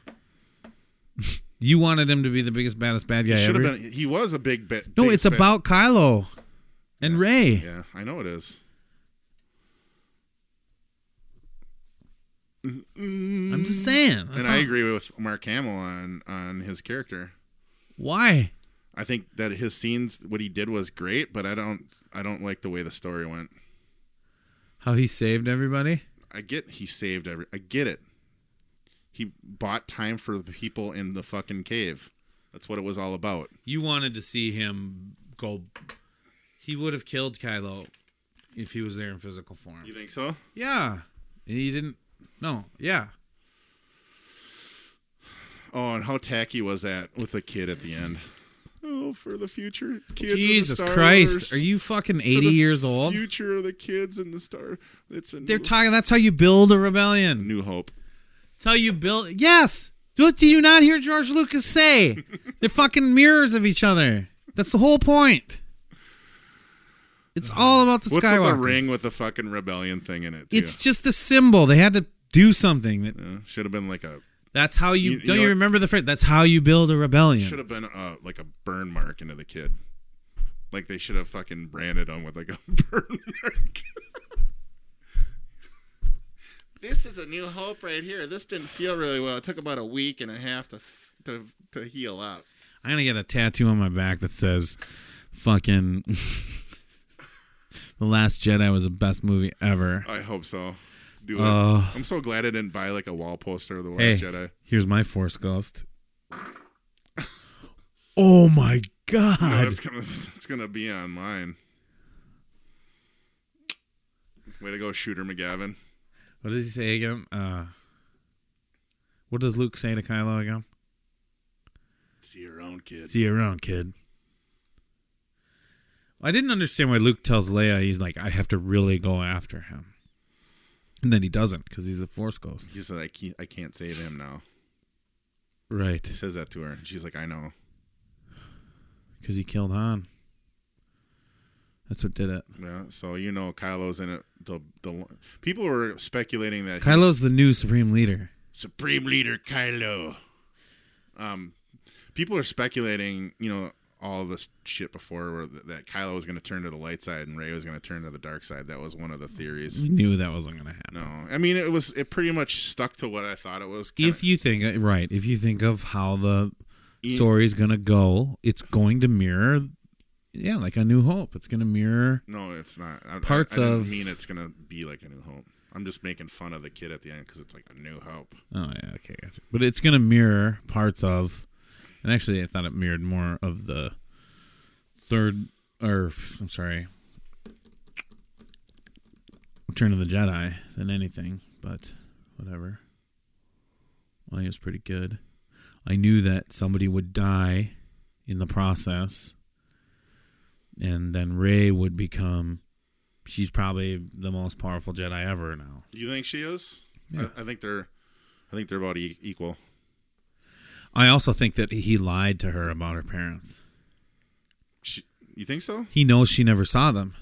F: You wanted him to be the biggest, baddest bad guy
D: he should
F: ever.
D: have been. He was a big bit.
F: no,
D: big
F: it's
D: spin-
F: about Kylo and Ray.
D: Yeah, I know it is.
F: I'm just saying. That's
D: Mm. and I
F: all.
D: agree with Mark Hamill on on his character.
F: Why?
D: I think that his scenes, what he did was great, but I don't, I don't like the way the story went.
F: How he saved everybody?
D: I get he saved every, I get it. He bought time for the people in the fucking cave. That's what it was all about.
F: You wanted to see him go. He would have killed Kylo if he was there in physical form.
D: You think so?
F: Yeah. He didn't. No. Yeah.
D: Oh, and how tacky was that with the kid at the end? Oh, for the future kids. of the
F: Jesus
D: Star Wars.
F: Christ. Are you fucking
D: For
F: 80
D: the
F: years old?
D: Future of the kids and the star. It's a
F: They're
D: new,
F: talking. That's how you build a rebellion.
D: new hope.
F: That's how you build. Yes. What do you not hear George Lucas say? They're fucking mirrors of each other. That's the whole point. It's all about the
D: What's
F: Skywalker.
D: with the ring with the fucking rebellion thing in it? Too?
F: It's just a symbol. They had to do something. That
D: should have been like a
F: that's how you,
D: You- you
F: don't
D: know
F: you
D: what-
F: remember the phrase? That's how you build a rebellion.
D: Should have been uh, like a burn mark into the kid. Like they should have fucking branded him with like a burn mark. this is a new hope right here. This didn't feel really well. It took about a week and a half to f- to to heal up.
F: I'm gonna get a tattoo on my back that says fucking The Last Jedi was the best movie ever.
D: I hope so. Do it.
F: Oh.
D: I'm so glad I didn't buy like a wall poster of the
F: Hey,
D: Last Jedi.
F: here's my force ghost. Oh my
D: No,
F: god.
D: that's gonna that's gonna be on mine. Way to go, Shooter McGavin.
F: What does he say again? Uh what does Luke say to Kylo again?
D: See your own kid.
F: See you around, kid. I didn't understand why Luke tells Leia he's like, I have to really go after him. And then he doesn't because he's a force ghost.
D: He said, "I can't, I can't save him now."
F: Right.
D: He says that to her, and she's like, "I know."
F: because he killed Han. That's what did it.
D: Yeah, so you know Kylo's in it. The the people were speculating that
F: Kylo's the new supreme leader.
D: Supreme Leader Kylo. Um, people are speculating, you know, all this shit before where th- that Kylo was going to turn to the light side and Ray was going to turn to the dark side. That was one of the theories.
F: We knew that wasn't going to happen.
D: No, I mean it was it pretty much stuck to what I thought it was. kinda-
F: If you think uh, right, if you think of how the
D: Yeah.
F: story's going to go, it's going to mirror, yeah, like a New Hope. It's going to mirror.
D: no, it's not. I, I-
F: Parts
D: I, didn't
F: of-
D: mean it's going to be like a new hope. I'm just making fun of the kid at the end because it's like a new hope.
F: Oh yeah, okay, gotcha. But it's going to mirror parts of, and actually, I thought it mirrored more of the third, or I'm sorry, Return of the Jedi than anything. But whatever. I think it was pretty good. I knew that somebody would die in the process, and then Ray would become. She's probably the most powerful Jedi ever now.
D: Do you think she is?
F: Yeah.
D: I, I think they're, I think they're about e- equal.
F: I also think that he lied to her about her parents.
D: She, you think so?
F: He knows she never saw them.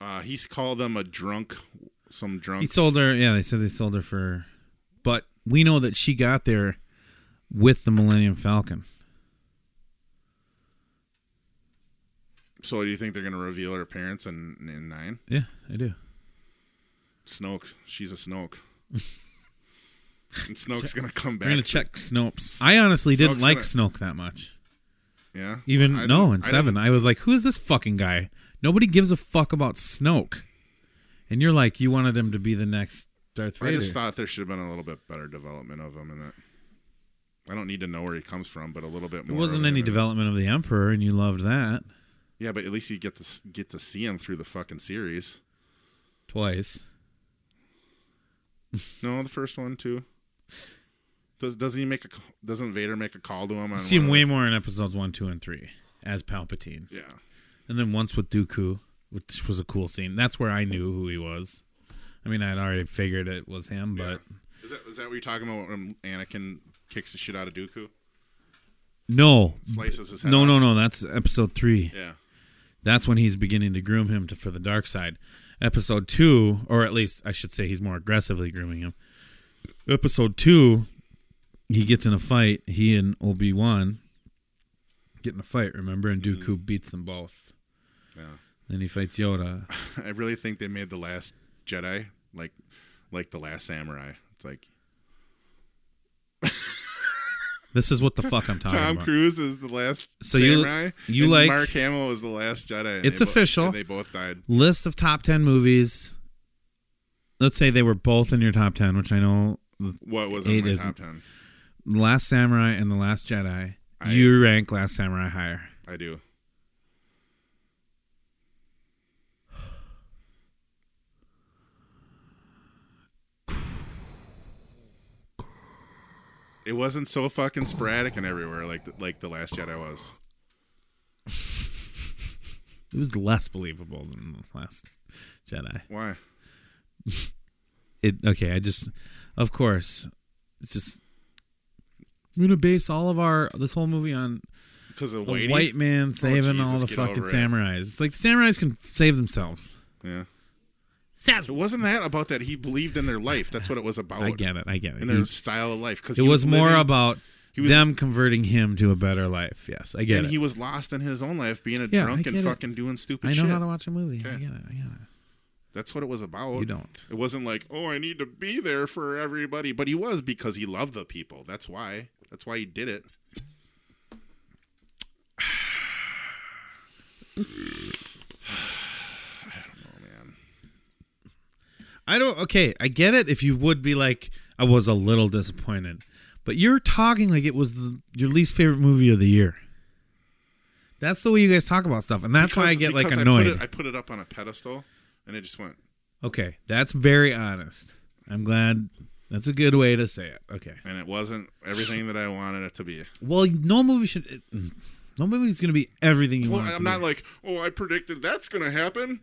D: Uh, he's called them a drunk, some drunk.
F: He sold her. Yeah, they said they sold her for. But we know that she got there with the Millennium Falcon.
D: So do you think they're gonna reveal her parents in in nine?
F: Yeah, I do.
D: Snoke, she's a Snoke. and Snoke's gonna come back.
F: We're gonna check Snopes. I honestly didn't
D: Snoke's
F: like
D: gonna-
F: Snoke that much.
D: Yeah.
F: Even
D: I
F: no,
D: didn't-
F: in
D: I
F: seven,
D: didn't-
F: I, was like, "Who is this fucking guy?" Nobody gives a fuck about Snoke. And you're like, you wanted him to be the next Darth
D: I,
F: Vader.
D: just thought there should have been a little bit better development of him in that. I don't need to know where he comes from, but a little bit
F: there
D: more.
F: wasn't
D: of it
F: any
D: in it.
F: development of the Emperor, and you loved that
D: Yeah, but at least you get to s- get to see him through the fucking series.
F: twice.
D: No, the first one too. Does doesn't he make a c- doesn't Vader make a call to him? On
F: You see him
D: one
F: way
D: of
F: more in episodes one, two, and three as Palpatine.
D: the- Yeah.
F: And then once with Dooku, which was a cool scene. That's where I knew who he was. I mean, I'd already figured it was him, but
D: Is that is that what you're talking about when Anakin kicks the shit out of Dooku,
F: no,
D: slices his head?
F: no,
D: off?
F: no, no. That's episode three.
D: Yeah.
F: That's when he's beginning to groom him to, for the dark side. Episode two, or at least I should say, he's more aggressively grooming him. Episode two, he gets in a fight. He and Obi Wan get in a fight. Remember, and Dooku beats them both.
D: Yeah.
F: Then he fights Yoda.
D: I really think they made the last Jedi like like the last samurai. It's like
F: This is what the fuck I'm talking
D: Tom
F: about.
D: Cruise is the last
F: So you-
D: samurai.
F: you
D: and
F: like-
D: Mark Hamill was the last Jedi. and
F: It's
D: they bo-
F: official.
D: and they both died.
F: list of top 10 movies let's say they were both in your top 10 which i know
D: What was
F: It
D: in my top
F: isn't.
D: ten?
F: The last samurai and the last jedi
D: I-
F: you rank last samurai higher
D: I do. It wasn't so fucking sporadic and everywhere like the, like the last Jedi was.
F: it was less believable than the last jedi
D: Why?
F: it okay i just of course it's just we're gonna base all of our this whole movie on
D: Because
F: a
D: of Whitey?
F: white man saving all
D: Oh, Jesus, get
F: the fucking
D: over it.
F: samurais it's like samurais can save themselves
D: Yeah. It wasn't that about that he believed in their life. That's what it was about.
F: i get it i get it
D: In their
F: You-
D: style of life. Because
F: it was, more about
D: was-
F: them converting him to a better life yes i get
D: and
F: it
D: he was lost in his own life, being a
F: Yeah,
D: drunk
F: I
D: and
F: get it.
D: fucking doing stupid
F: I know
D: shit.
F: how to watch a movie. I
D: Okay.
F: get it. I get it.
D: That's what it was about.
F: You don't.
D: It wasn't like, oh, I need to be there for everybody, but he was because he loved the people. That's why. That's why he did it. I don't know, man.
F: I don't. Okay, I get it. If you would be like, I was a little disappointed, but you're talking like it was the, your least favorite movie of the year. That's the way you guys talk about stuff, and that's why I
D: Because-
F: get like
D: because
F: annoyed.
D: I put, it, I put it up on a pedestal, and it just went.
F: okay, that's very honest. I'm glad. That's a good way to say it. Okay.
D: And it wasn't everything that I wanted it to be.
F: Well, no movie should. it- No movie's gonna be everything you
D: Well,
F: want. it to
D: I'm not
F: be.
D: like, oh, I predicted that's going to happen.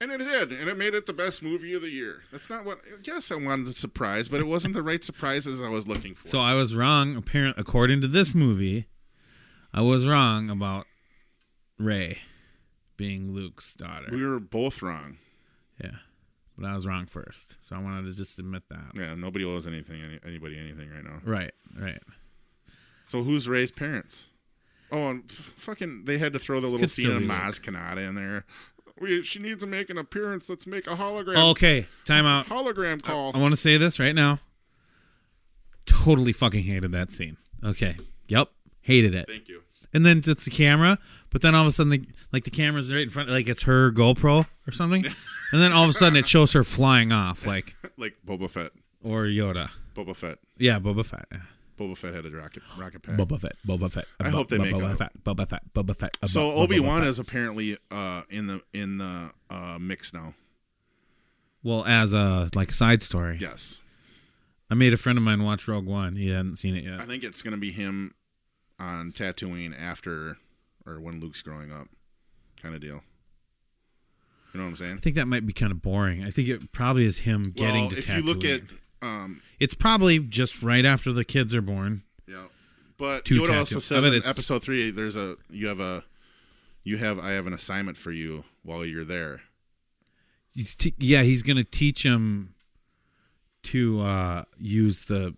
D: And it did. And it made it the best movie of the year. That's not what. Yes, I wanted a surprise, but it wasn't the right surprises I was looking for.
F: So I was wrong. Apparent, according to this movie, I was wrong about Ray being Luke's daughter.
D: We were both wrong.
F: yeah. But I was wrong first. So I wanted to just admit that.
D: Yeah, nobody owes anything any, anybody anything right now.
F: Right, right.
D: So who's Ray's parents? Oh, and f- fucking, they had to throw the little
F: Could
D: scene
F: still
D: of
F: be
D: Maz Kanata in there. We, she needs to make an appearance. Let's make a hologram
F: Oh, Okay, Uh, time out.
D: hologram call.
F: I want to say this right now. Totally fucking hated that scene. Okay. Yep. Hated it.
D: Thank you.
F: And then it's the camera, but then all of a sudden, the, like the camera's right in front, like it's her GoPro or something, and then all of a sudden it shows her flying off, like
D: Like Boba Fett.
F: or Yoda.
D: Boba Fett.
F: Yeah, Boba Fett. Yeah.
D: Boba Fett had a rocket rocket pack.
F: Boba Fett. Boba Fett.
D: I hope they
F: Boba
D: make
F: Boba
D: a-
F: Fett. Boba Fett. Boba Fett. uh,
D: so
F: Boba-
D: Obi Wan
F: Boba Fett.
D: is apparently uh, in the in the uh, mix now.
F: well as a like side story.
D: Yes,
F: I made a friend of mine watch Rogue One. He hadn't seen it
D: I
F: yet.
D: think it's gonna be him on Tatooine after or when Luke's growing up, kind of deal. You know what I'm saying?
F: I think that might be kind of boring. I think it probably is him getting
D: well,
F: to
D: if
F: Tatooine.
D: you look at um,
F: It's probably just right after the kids are born.
D: Yeah, but
F: Two
D: Yoda also
F: tattoos. I
D: says
F: bet
D: in
F: it's-
D: episode three, there's a you have a you have I have an assignment for you while you're there.
F: He's te- yeah, he's going to teach him to uh, use the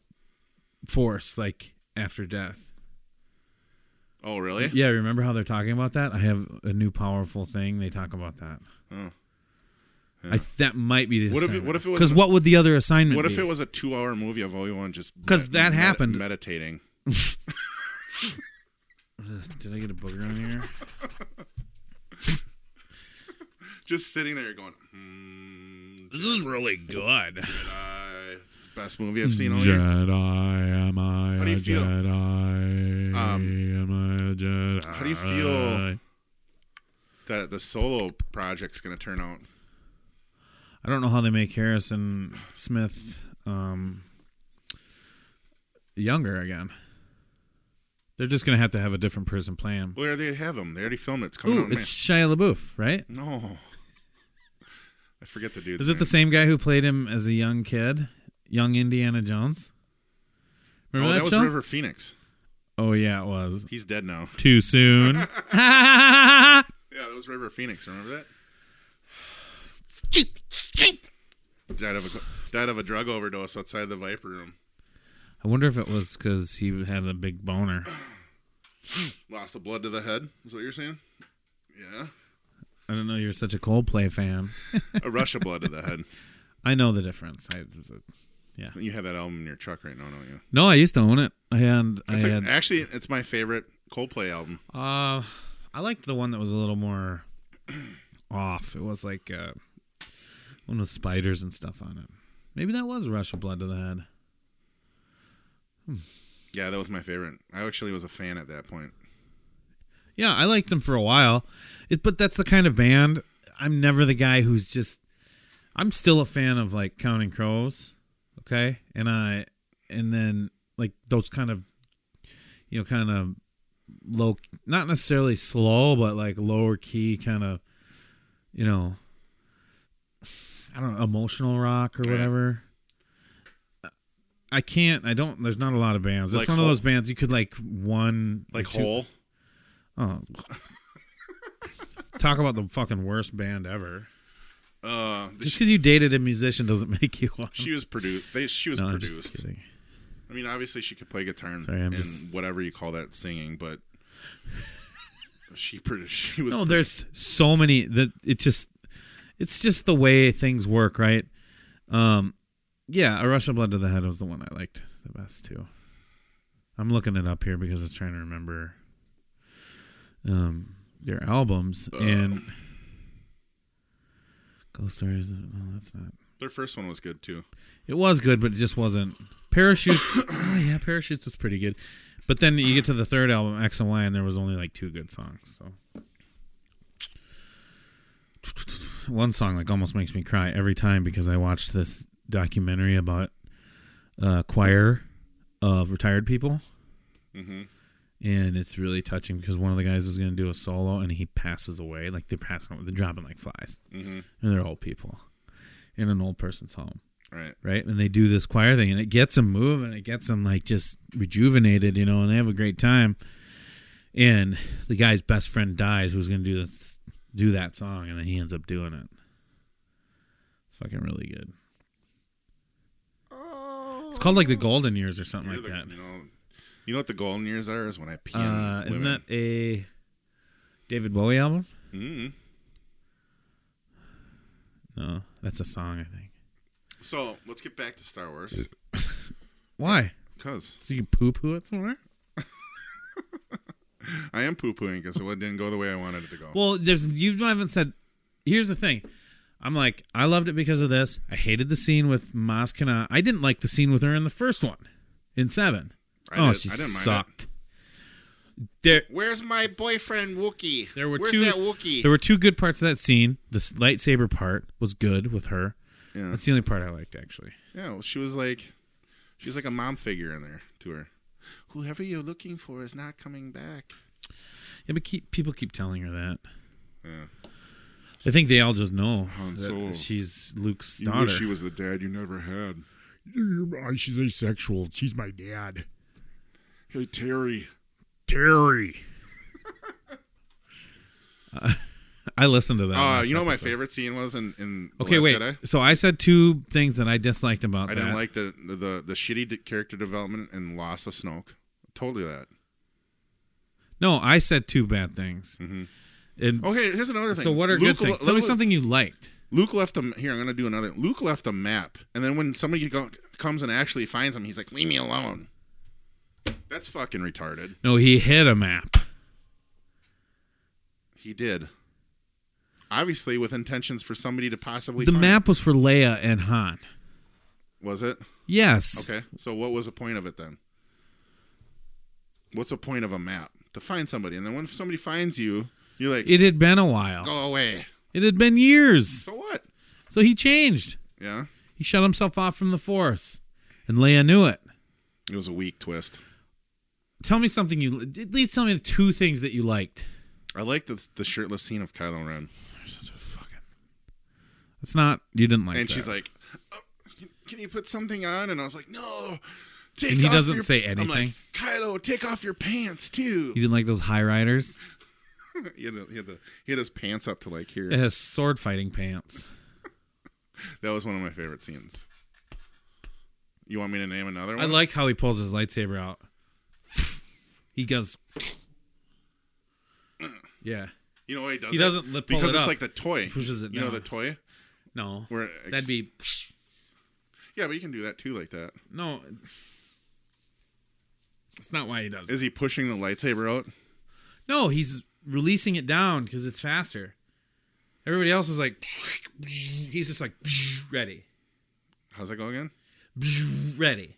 F: force like after death.
D: Oh, really?
F: Yeah, remember how they're talking about that? I have a new powerful thing. They talk about that.
D: Oh.
F: I, that might be the
D: What if it- what if it was
F: Because
D: the-
F: what would the other assignment
D: What
F: be?
D: if it was a two-hour movie of Obi Wan just
F: 'Cause that happened.
D: meditating?
F: Did I get a booger on here?
D: just sitting there going, hmm,
F: this is really good.
D: Jedi, best movie I've seen all year.
F: Jedi, am I
D: How do you
F: a
D: feel? Um,
F: Jedi? am I a Jedi?
D: How do you feel that the solo project's gonna turn out?
F: I don't know how they make Harrison Smith um, younger again. They're just gonna have to have a different person play him.
D: Well, they already have them. They already filmed it. It's coming
F: Ooh,
D: out. in
F: it's Shia LaBeouf, right?
D: May. No, I forget the dude.
F: Is it the same guy who played him as a young kid, young Indiana Jones?
D: Oh,
F: Remember
D: that
F: that,
D: was
F: show?
D: River Phoenix.
F: Oh yeah, it was.
D: He's dead now.
F: Too soon. I
D: Yeah, that was River Phoenix. Remember that? Died of a died of a drug overdose outside the Viper Room.
F: wonder if it was because he had a big boner.
D: Lost the blood to the head. Is what you're saying? Yeah,
F: I don't know. You're such a Coldplay fan.
D: a rush of blood to the head.
F: I know the difference. I, it's a-
D: You have that album in your truck right now, don't you?
F: no, I used to own it, and I
D: It's like-
F: had
D: actually, it's my favorite Coldplay album.
F: Uh, I liked the one that was a little more off. It was like uh, one with spiders and stuff on it. Maybe that was a rush of blood to the head.
D: Yeah, that was my favorite. I actually was a fan at that point.
F: Yeah, I liked them for a while. It, but that's the kind of band. I'm never the guy who's just. I'm still a fan of like Counting Crows, okay, and I, and then like those kind of, you know, kind of low, not necessarily slow, but like lower key kind of, you know, I don't know, emotional rock or
D: Right.
F: whatever. I can't. I don't. There's not a lot of bands. It's
D: Like
F: one of
D: Hole?
F: those bands you could like one or
D: Like
F: two-
D: Hole.
F: Oh. Talk about the fucking worst band ever.
D: Uh,
F: Just because you dated a musician doesn't make you awesome.
D: she was produced. They she was
F: no, I'm just
D: produced.
F: kidding.
D: I mean, obviously she could play guitar and,
F: Sorry, I'm
D: and
F: just-
D: whatever you call that singing, but she produ- she was
F: No, there's so many that it just it's just the way things work, right? Um yeah, A Rush of Blood to the Head was the one I liked the best too. I'm looking it up here because I was trying to remember um their albums and Ghost Stories no, that's not
D: Their first one was good too.
F: It was good, but it just wasn't. Parachutes. oh, yeah, Parachutes is pretty good. But then you get to the third album, X and Y, and there was only like two good songs. So one song like almost makes me cry every time because I watched this documentary about a choir of retired people. And it's really touching because one of the guys is going to do a solo and he passes away. Like they're passing, they're dropping like flies, and they're old people in an old person's home
D: Right.
F: right? And they do this choir thing, and it gets them moving, it gets them like just rejuvenated, you know, and they have a great time. And the guy's best friend dies, who's going to do this do that song, and then he ends up doing it. It's fucking really good. It's called like the Golden Years or something
D: You're
F: like
D: the-
F: that.
D: You know, you know what the golden years are? Is when I pee
F: Uh,
D: on
F: isn't
D: women.
F: that a David Bowie album?
D: Mhm.
F: No, that's a song, I think.
D: So let's get back to Star Wars.
F: Why?
D: Because
F: So you poo poo it somewhere?
D: I am poo pooing because it didn't go the way I wanted it to go.
F: Well, there's you haven't said. Here's the thing. I'm like, I loved it because of this. I hated the scene with Maz Kanata. I didn't like the scene with her in the first one, in seven.
D: I
F: oh,
D: did-
F: she
D: I didn't mind it.
F: sucked. There,
D: Where's my boyfriend Wookie?
F: There were two- there were two good parts of that scene. The s- lightsaber part was good with her.
D: Yeah.
F: That's the only part I liked actually.
D: Yeah, well, she was like, she's like a mom figure in there to her. Whoever you're looking for is not coming back.
F: Yeah, but keep people keep telling her that.
D: Yeah.
F: I think they all just know
D: Han
F: that
D: Solo.
F: she's Luke's daughter.
D: was the dad you never had.
I: She's asexual. She's my dad.
D: Hey Terry,
I: Terry.
F: I listened to that.
D: uh,
F: last
D: you know what my
F: episode.
D: favorite scene was in in The
F: Okay,
D: Last
F: wait.
D: Jedi?
F: So I said two things that I disliked about
D: I
F: that.
D: didn't like the the the shitty de- character development and loss of Snoke. Totally that.
F: No, I said two bad things. And
D: Okay, here's another Mm-hmm. Oh, thing.
F: so, what are
D: Luke
F: good things?
D: le-
F: Tell me
D: Luke-
F: something you liked.
D: Luke left him here. I'm gonna do another. Luke left a map, and then when somebody go- comes and actually finds him, he's like, "Leave me alone." That's fucking retarded.
F: No, he hid a map.
D: He did. Obviously, with intentions for somebody to possibly
F: The
D: find
F: map was for Leia and Han.
D: was it
F: Yes.
D: okay? So what was the point of it then? What's the point of a map to find somebody? And then when somebody finds you, you're like,
F: It had been a while.
D: "Go away."
F: It had been years.
D: So what?
F: So he changed.
D: Yeah,
F: He shut himself off from the Force, and Leia knew it.
D: it was a weak twist.
F: Tell me something you at least tell me the two things that you liked.
D: I like the the shirtless scene of Kylo Ren,
F: That's not you didn't like.
D: and
F: that.
D: she's like, oh, can- "Can you put something on?" And I was like, "No." Take
F: And he
D: off
F: doesn't
D: your-"
F: say
D: I'm like,
F: anything.
D: Kylo, take off your pants too.
F: you didn't like those high riders.
D: He had, the, he, had the, he had his pants up to like here.
F: It has sword fighting pants.
D: That was one of my favorite scenes. You want me to name another one?
F: I like how he pulls his lightsaber out. He goes. Yeah.
D: You know why he does?
F: He
D: it?
F: doesn't li- pull
D: because
F: it
D: it's
F: up.
D: like the toy.
F: He pushes it
D: You know
F: down.
D: the toy.
F: No.
D: Where ex-
F: That'd be
D: Yeah, but you can do that too, like that.
F: no. That's not why he does it.
D: Is he pushing the lightsaber out?
F: No, he's releasing it down because it's faster. Everybody else is like, he's just like ready,
D: How's that go again?
F: ready.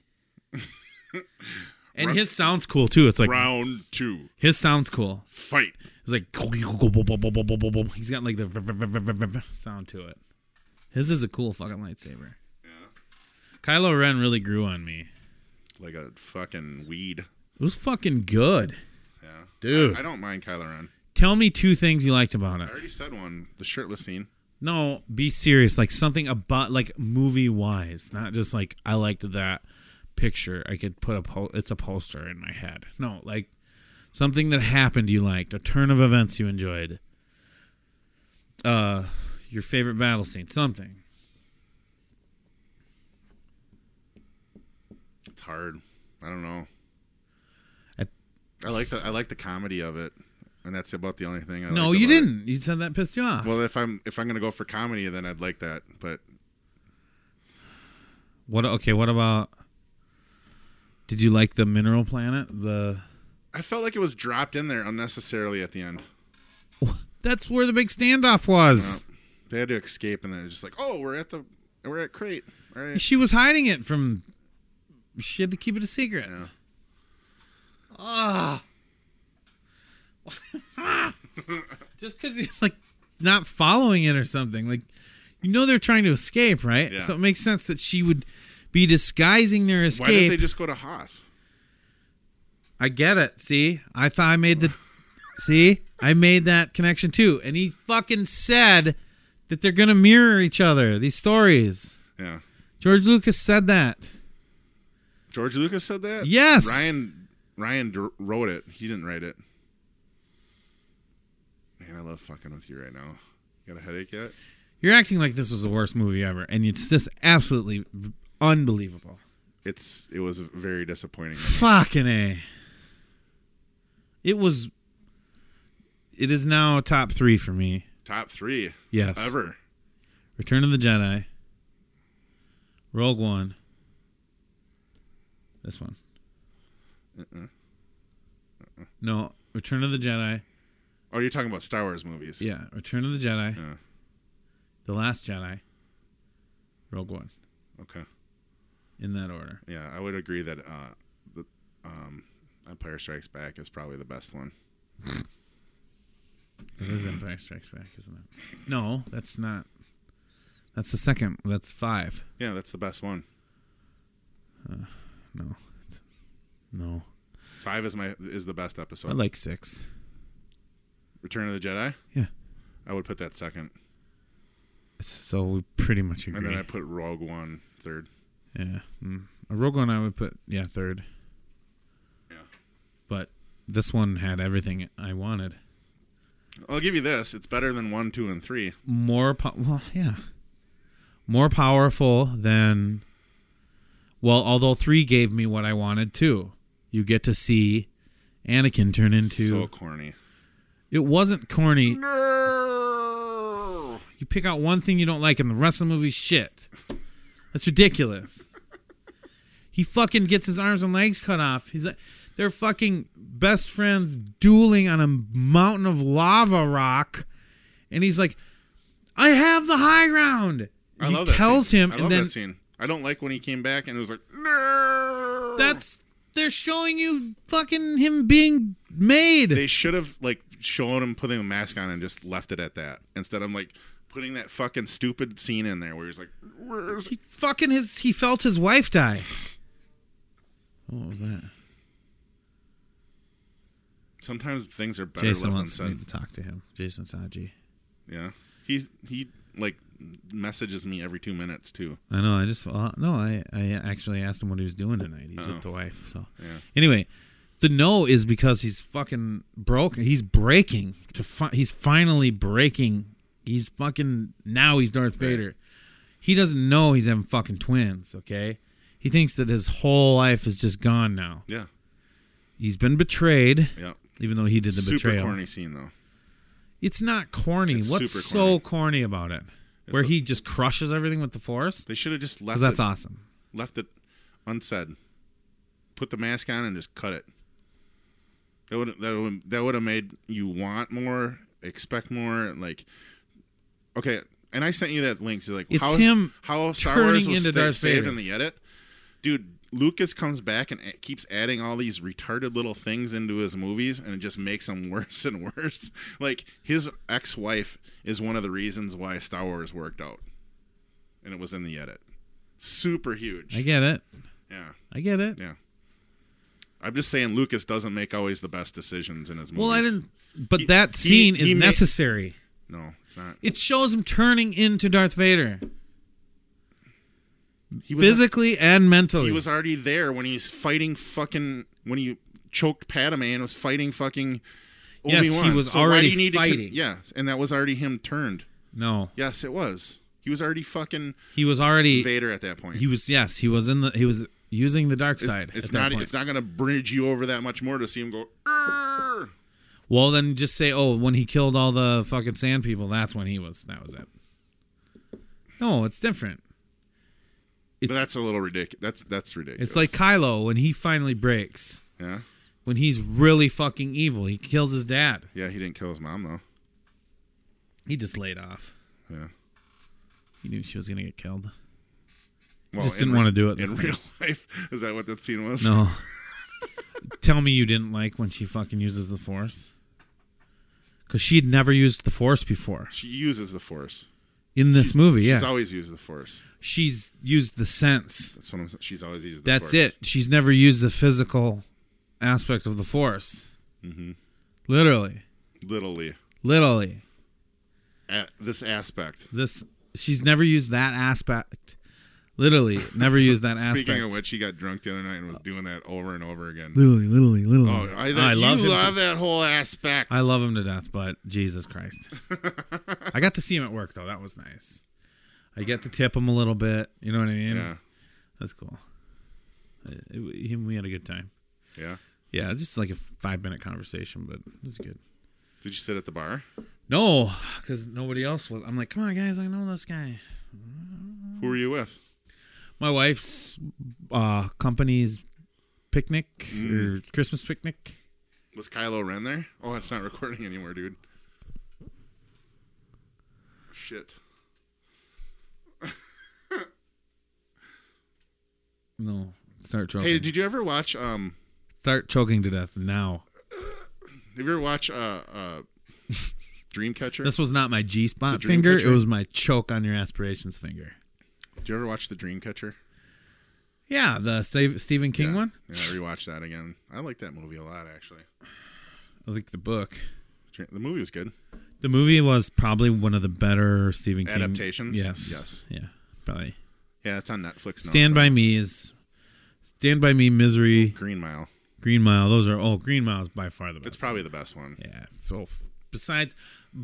F: And his sounds cool too. It's like
D: Round two,
F: his sounds cool.
D: fight.
F: It's like he's got like the v- v- v- v- v- v- sound to it. His is a cool fucking lightsaber. Kylo Ren really grew on me.
D: Like a fucking weed.
F: It was fucking good.
D: Yeah,
F: Dude.
D: I, I don't mind Kylo Ren.
F: Tell me two things you liked about it.
D: I already said one. The shirtless scene.
F: No, be serious. Like something about like movie wise, not just like I liked that picture. I could put a po- it's a poster in my head. No, like something that happened you liked, a turn of events you enjoyed. Uh, your favorite battle scene, something.
D: It's hard. I don't know.
F: I-
D: I like the I like the comedy of it, and that's about the only thing. I
F: no,
D: liked
F: you
D: about it.
F: didn't. You said that pissed you off.
D: Well, if I'm if I'm gonna go for comedy, then I'd like that. But
F: what? Okay, what about? Did you like the mineral planet? The
D: I felt like it was dropped in there unnecessarily at the end.
F: that's where the big standoff was.
D: They had to escape, and they're just like, "Oh, we're at the we're at crate." All right.
F: She was hiding it from. She had to keep it a secret. Ah.
D: Yeah.
F: just because you're like not following it or something like you know they're trying to escape right
D: Yeah.
F: so it makes sense that she would be disguising their
D: Why didn't
F: escape
D: they just go to Hoth?
F: i get it see i thought i made the see i made that connection too and he fucking said that they're gonna mirror each other these stories
D: Yeah.
F: george lucas said that
D: George Lucas said that.
F: Yes.
D: Ryan Ryan d- wrote it. He didn't write it. Man, I love fucking with you right now. You got a headache yet?
F: You're acting like this was the worst movie ever, and it's just absolutely unbelievable.
D: It's it was very disappointing.
F: Fucking a. It was. It is now top three for me.
D: Top three
F: Yes.
D: ever.
F: Return of the Jedi. Rogue One. This one.
D: Uh-uh.
F: No, Return of the Jedi.
D: Oh, you're talking about Star Wars movies.
F: Yeah, Return of the Jedi.
D: Yeah.
F: The Last Jedi. Rogue One.
D: Okay.
F: In that order.
D: Yeah, I would agree that uh, the um, Empire Strikes Back is probably the best one.
F: It is Empire Strikes Back, isn't it? No, that's not. That's the second. That's five.
D: Yeah, that's the best one.
F: No. It's- No.
D: Five is my is the best episode.
F: I like six.
D: Return of the Jedi.
F: Yeah.
D: I would put that second,
F: So we pretty much agree.
D: and then I put Rogue One third.
F: Yeah. Mm. A Rogue One, I would put yeah third,
D: Yeah.
F: but this one had everything I wanted.
D: I'll give you this. It's better than one, two, and three.
F: More po- well, yeah. More powerful than. Well, although three gave me what I wanted too. You get to see Anakin turn into.
D: So corny.
F: it wasn't corny. You pick out one thing you don't like, and the rest of the movie's shit. That's ridiculous. he fucking gets his arms and legs cut off. He's like, they're fucking best friends dueling on a mountain of lava rock, and he's like, "I have the high ground."
D: I
F: he
D: love that.
F: tells
D: scene.
F: him,
D: I
F: and
D: love
F: then
D: that scene. I don't like when he came back and it was like, no.
F: that's they're showing you fucking him being made.
D: They should have like shown him putting a mask on and just left it at that. Instead, I'm like putting that fucking stupid scene in there where he's like, where's
F: He fucking his he felt his wife die. What was that?
D: Sometimes things are better
F: Jason
D: left
F: wants me
D: unsaid.
F: to talk to him. Jason Saji.
D: Yeah, he he like messages me every two minutes too.
F: I know. I just well, no. I I actually asked him what he was doing tonight. He's
D: Oh.
F: with the wife. So
D: Yeah.
F: anyway, the no is because he's fucking broke. He's breaking to. Fi- he's finally breaking. He's fucking now. He's Darth Vader. He doesn't know he's having fucking twins. Okay. He thinks that his whole life is just gone now.
D: Yeah,
F: He's been betrayed,
D: yeah.
F: even though he did the
D: Super
F: betrayal.
D: corny scene though.
F: It's not corny.
D: It's
F: What's
D: super
F: so corny about it? Where
D: a-
F: he just crushes everything with the force?
D: They should have just left
F: Because that's
D: it,
F: awesome.
D: left it unsaid. Put the mask on and just cut it. That would that would that would have made you want more, expect more. Like, okay, and I sent you that link. To like,
F: It's
D: how,
F: him
D: how Star
F: turning
D: Wars was
F: into
D: sta-
F: Darth
D: saved
F: Vader.
D: in the edit, dude. Lucas comes back and a- keeps adding all these retarded little things into his movies, and it just makes them worse and worse. Like his ex-wife is one of the reasons why Star Wars worked out, and it was in the edit. Super huge.
F: I get it.
D: Yeah,
F: I get it.
D: yeah. I'm just saying Lucas doesn't make always the best decisions in his movies.
F: well, I didn't. But
D: He-
F: that
D: he-
F: scene
D: he
F: is
D: ma-
F: necessary.
D: No, it's not.
F: It shows him turning into Darth Vader,
D: He was
F: physically and mentally.
D: he was already there when he was fighting fucking when he choked Padme and was fighting fucking
F: Yes, he
D: Obi-Wan.
F: was
D: So why do
F: already
D: you need to con-
F: fighting.
D: yeah, and that was already him turned.
F: no,
D: Yes, it was. He was already fucking
F: he was already.
D: Vader at that point.
F: He was yes. He was in the. He was using the dark
D: it's,
F: side.
D: it's
F: at that
D: not.
F: point.
D: It's not going to bridge you over that much more to see him go. "Arr!"
F: Well, then just say, oh, when he killed all the fucking sand people, that's when he was. That was it. No, it's different.
D: But
F: It's,
D: that's a little ridiculous. That's that's ridiculous.
F: it's like Kylo when he finally breaks,
D: yeah,
F: when he's really fucking evil. He kills his dad.
D: yeah. He didn't kill his mom though.
F: He just laid off.
D: Yeah.
F: He knew she was gonna get killed.
D: Well,
F: Just
D: in
F: didn't
D: re-
F: wanna do it this
D: in
F: time.
D: real life. Is that what that scene was?
F: No. Tell me you didn't like when she fucking uses the force. Cause she had never used the force before
D: She uses the force.
F: in this movie.
D: She's
F: yeah,
D: always used the force.
F: she's used the sense.
D: That's what I'm. saying. She's always used. The
F: That's
D: force.
F: it. She's never used the physical aspect of the force.
D: Mm-hmm.
F: Literally,
D: Literally.
F: literally,
D: at this aspect.
F: this she's never used that aspect Literally, never used that aspect.
D: Speaking of which, he got drunk the other night and was doing that over and over again.
F: literally, literally, literally.
D: Oh, I,
F: I
D: love,
F: love him
D: you love that whole aspect.
F: I love him to death, but Jesus Christ. I got to see him at work though. That was nice. I get to tip him a little bit. You know what I mean?
D: yeah,
F: That's cool. Uh, it- him, we had a good time.
D: yeah.
F: Yeah, just like a five minute conversation, but it was good.
D: Did you sit at the bar?
F: No, because nobody else was. I'm like, come on, guys, I know this guy.
D: Who were you with?
F: My wife's uh, company's picnic
D: Mm.
F: or Christmas picnic.
D: Was Kylo Ren there? Oh, it's not recording anymore, dude. Shit.
F: No, start choking.
D: Hey, did you ever watch um?
F: start choking to death now.
D: Have you ever watched uh uh, Dreamcatcher?
F: This was not my G spot
D: The dream
F: finger.
D: catcher?
F: It was my choke on your aspirations finger.
D: Did you ever watch the Dreamcatcher?
F: Yeah, the Steve, Stephen King
D: yeah.
F: one.
D: Yeah, I rewatched that again. I like that movie a lot, actually.
F: I think the book.
D: Dream- The movie was good.
F: The movie was probably one of the better Stephen King
D: Adaptations?
F: Yes.
D: Yes.
F: Yeah. Probably.
D: Yeah, it's on Netflix now.
F: Stand
D: so-
F: by Me is Stand by Me, Misery,
D: Green Mile.
F: Green Mile. Those are oh, Green Mile is by far the best.
D: It's probably the best one.
F: yeah. So f- besides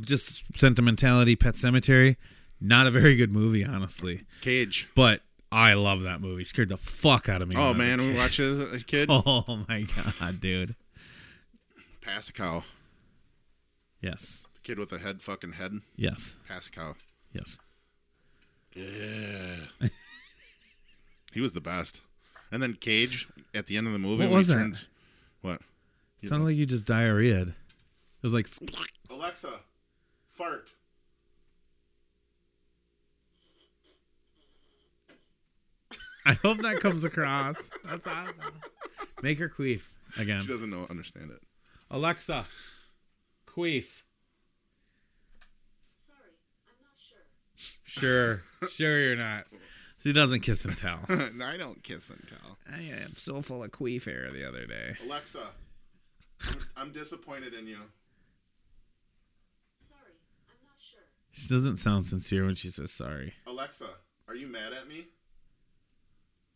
F: just sentimentality, Pet Cemetery, not a very good movie, honestly.
D: Cage.
F: But I love that movie. Scared the fuck out of me.
D: Oh
F: when I was a
D: man, we
F: kid.
D: watched it as a kid.
F: Oh my god, dude.
D: Pascal,
F: Yes.
D: the kid with the head fucking head.
F: Yes.
D: Pascal,
F: Yes.
D: he was the best. And then Cage at the end of the movie.
F: What
D: when he
F: was that?
D: turns- What?
F: Sounded like you just diarrheaed. It was like
D: Alexa, fart.
F: I hope that comes across. That's awesome. Make her queef
D: She
F: again.
D: doesn't know understand it.
F: Alexa, queef.
H: Sorry, I'm not sure.
F: Sure, sure you're not. She doesn't kiss and tell.
D: I don't kiss and tell.
F: I am so full of queef hair the other day.
D: Alexa, I'm, I'm disappointed in you.
H: Sorry, I'm not sure.
F: She doesn't sound sincere when she says sorry.
D: Alexa, are you mad at me?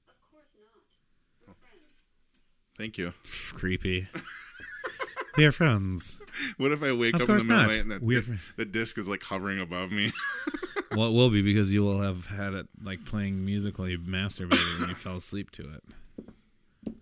H: Of course not. We're friends.
D: Thank you.
F: Creepy. we are friends.
D: What if I wake
F: Of
D: up in the
F: course
D: middle of
F: not.
D: the night and that
F: We're
D: di-
F: fr-
D: the disc is like hovering above me?
F: Well, it will be because you will have had it like playing music while you masturbated and you fell asleep to it.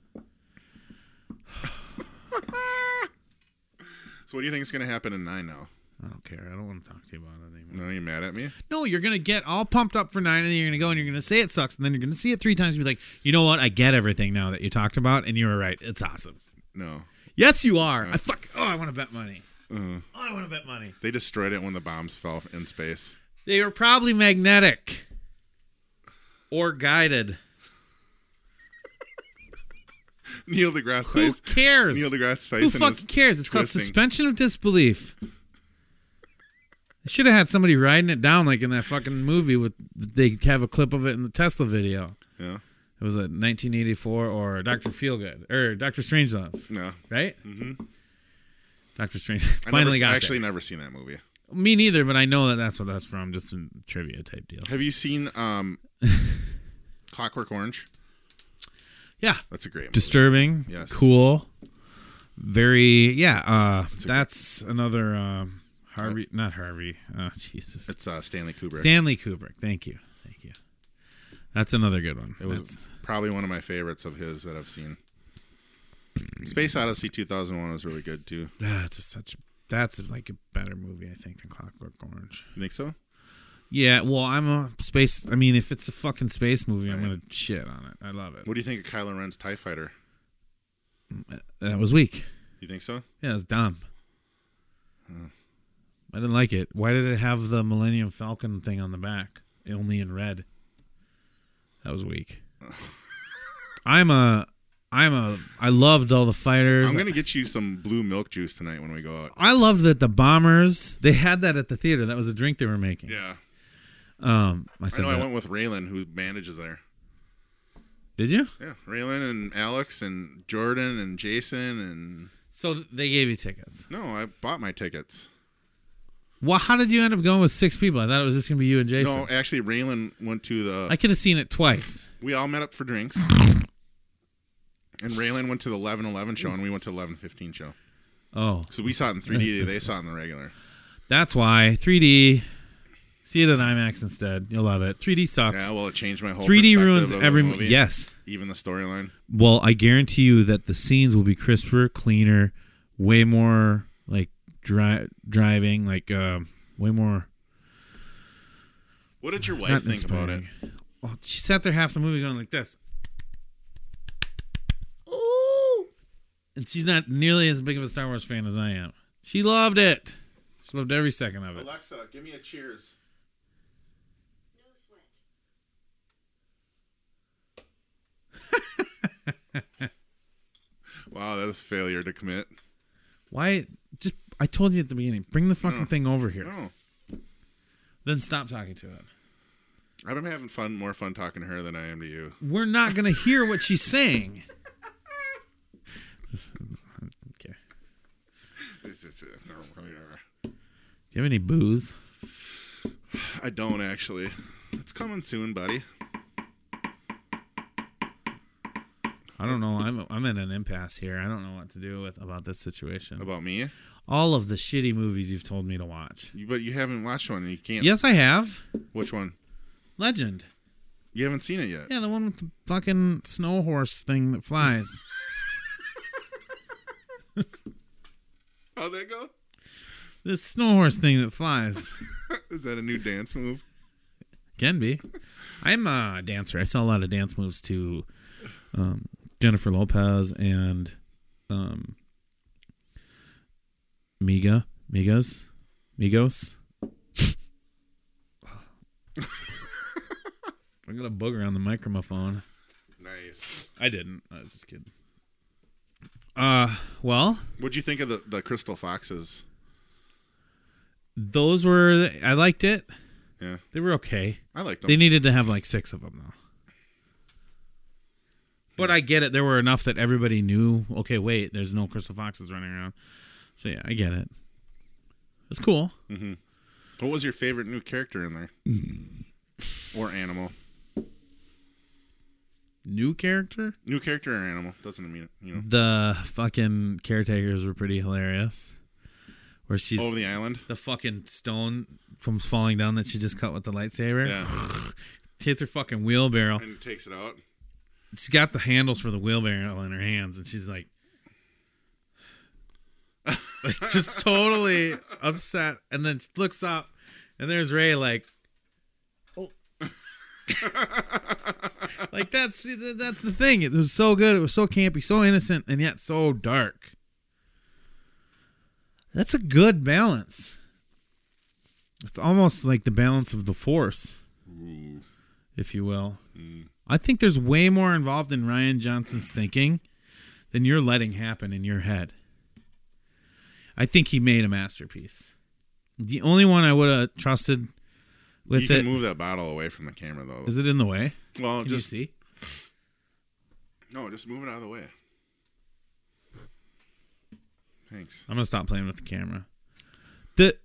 D: so what do you think is going to happen in nine now?
F: I don't care. I don't want to talk to you about it anymore.
D: No, you mad at me?
F: No, you're gonna get all pumped up for nine, and then you're gonna go and you're gonna say it sucks, and then you're gonna see it three times and be like, you know what? I get everything now that you talked about, and you were right. It's awesome.
D: No.
F: Yes, you are. I fuck. Oh, I want to bet money.
D: Mm.
F: Oh, I want to bet money.
D: They destroyed it when the bombs fell in space.
F: They were probably magnetic or guided.
D: Neil deGrasse
F: Who
D: Tyson.
F: cares?
D: Neil deGrasse Tyson.
F: Who
D: is
F: fucking cares? It's called
D: twisting.
F: suspension of disbelief. They should have had somebody riding it down like in that fucking movie with they have a clip of it in the Tesla video.
D: Yeah.
F: It was a 1984 or Doctor Feelgood or Doctor Strangelove,
D: No.
F: right? Mm-hmm. Doctor Strange
D: I
F: finally
D: never,
F: got
D: actually
F: there.
D: never seen that movie.
F: Me neither, but I know that that's what that's from, just a trivia type deal.
D: Have you seen um, Clockwork Orange?
F: Yeah,
D: That's a great movie.
F: disturbing.
D: Yes.
F: cool. Very yeah. Uh, that's another
D: Uh,
F: um, Harvey, not Harvey. Oh, Jesus,
D: It's uh, Stanley Kubrick.
F: Stanley Kubrick. Thank you, thank you. That's another good one.
D: it was
F: That's-
D: probably one of my favorites of his that I've seen. Space Odyssey 2001 was really good too.
F: that's such. That's like a better movie, I think, than Clockwork Orange.
D: You think so?
F: Yeah, well, I'm a space. I mean, if it's a fucking space movie, I'm gonna shit on it. I love it.
D: What do you think of Kylo Ren's Tie Fighter?
F: That was weak.
D: You think so?
F: Yeah, it's dumb. I didn't like it. Why did it have the Millennium Falcon thing on the back, only in red? That was weak. I'm a, I'm a. I loved all the fighters.
D: I'm gonna get you some blue milk juice tonight when we go out.
F: I loved that the bombers. They had that at the theater. That was a drink they were making.
D: Yeah,
F: Um, I
D: I
F: said
D: know. I
F: that.
D: went with Raylan, who manages there.
F: Did you?
D: Yeah, Raylan and Alex and Jordan and Jason and
F: So th- they gave you tickets.
D: no, I bought my tickets.
F: Well, how did you end up going with six people? I thought it was just gonna be you and Jason.
D: No, actually, Raylan went to the.
F: I could have seen it twice.
D: we all met up for drinks. And Raylan went to the 11-11 show, and we went to 11-15 show.
F: Oh,
D: So we saw it in 3D. They saw it in the regular.
F: that's why 3D. See it at IMAX instead. You'll love it. 3D sucks.
D: Yeah, well, it changed my whole.
F: 3D
D: perspective
F: ruins
D: of the
F: every
D: movie,
F: yes.
D: even the storyline.
F: Well, I guarantee you that the scenes will be crisper, cleaner, way more like dri- driving, like um, way more.
D: What did your wife
F: not
D: think about it?
F: inspiring. Oh, she sat there half the movie going like this. Ooh. And she's not nearly as big of a Star Wars fan as I am. She loved it. She loved every second of it.
D: Alexa, give me a cheers.
H: No sweat.
D: Wow, that was failure to commit.
F: Why? Just I told you at the beginning. Bring the fucking thing over here.
D: No,
F: Then stop talking to it.
D: I've been having fun, more fun talking to her than I am to you.
F: We're not gonna hear what she's saying. okay.
D: It's- it's- it's- no, whatever.
F: Do you have any booze?
D: I don't actually. It's coming soon, buddy.
F: I don't know. I'm I'm in an impasse here. I don't know what to do with about this situation.
D: About me,
F: All of the shitty movies you've told me to watch.
D: You- but you haven't watched one. and You can't.
F: Yes, I have.
D: Which one?
F: Legend.
D: You haven't seen it yet.
F: Yeah, the one with the fucking snow horse thing that flies.
D: How'd that Oh, go?
F: this snow horse thing that flies
D: Is that a new dance move?
F: can be. I'm a dancer. I saw a lot of dance moves to um, Jennifer Lopez and um, Miga, Migas, Migos. I got a booger on the microphone.
D: Nice.
F: I didn't. I was just kidding. Uh, well,
D: What'd you think of the, the Crystal Foxes?
F: those were I liked it.
D: Yeah.
F: They were okay.
D: I liked them.
F: They needed to have like six of them though. But I get it. There were enough that everybody knew. Okay, wait. There's no crystal foxes running around. So yeah, I get it. It's cool.
D: What was your favorite new character in there?
F: Hmm.
D: or animal?
F: New character.
D: New character or animal doesn't mean you know.
F: The fucking caretakers were pretty hilarious. Where she's
D: Over
F: the-,
D: the island.
F: fucking stone comes falling down that she just cut with the lightsaber.
D: Yeah,
F: Hits her fucking wheelbarrow.
D: and takes it out.
F: She's got the handles for the wheelbarrow in her hands, and she's like, like just totally upset. And then looks up, and there's Ray like, oh, like that's that's the thing. It was so good. It was so campy, so innocent, and yet so dark. That's a good balance. It's almost like the balance of the force,
D: Mm.
F: if you will. I think there's way more involved in Ryan Johnson's thinking than you're letting happen in your head. I think he made a masterpiece. The only one I would have trusted with
D: you
F: it
D: can move that bottle away from the camera though.
F: is it in the way?
D: well,
F: Can
D: just
F: you see?
D: no, just move it out of the way. Thanks.
F: I'm gonna stop playing with the camera. The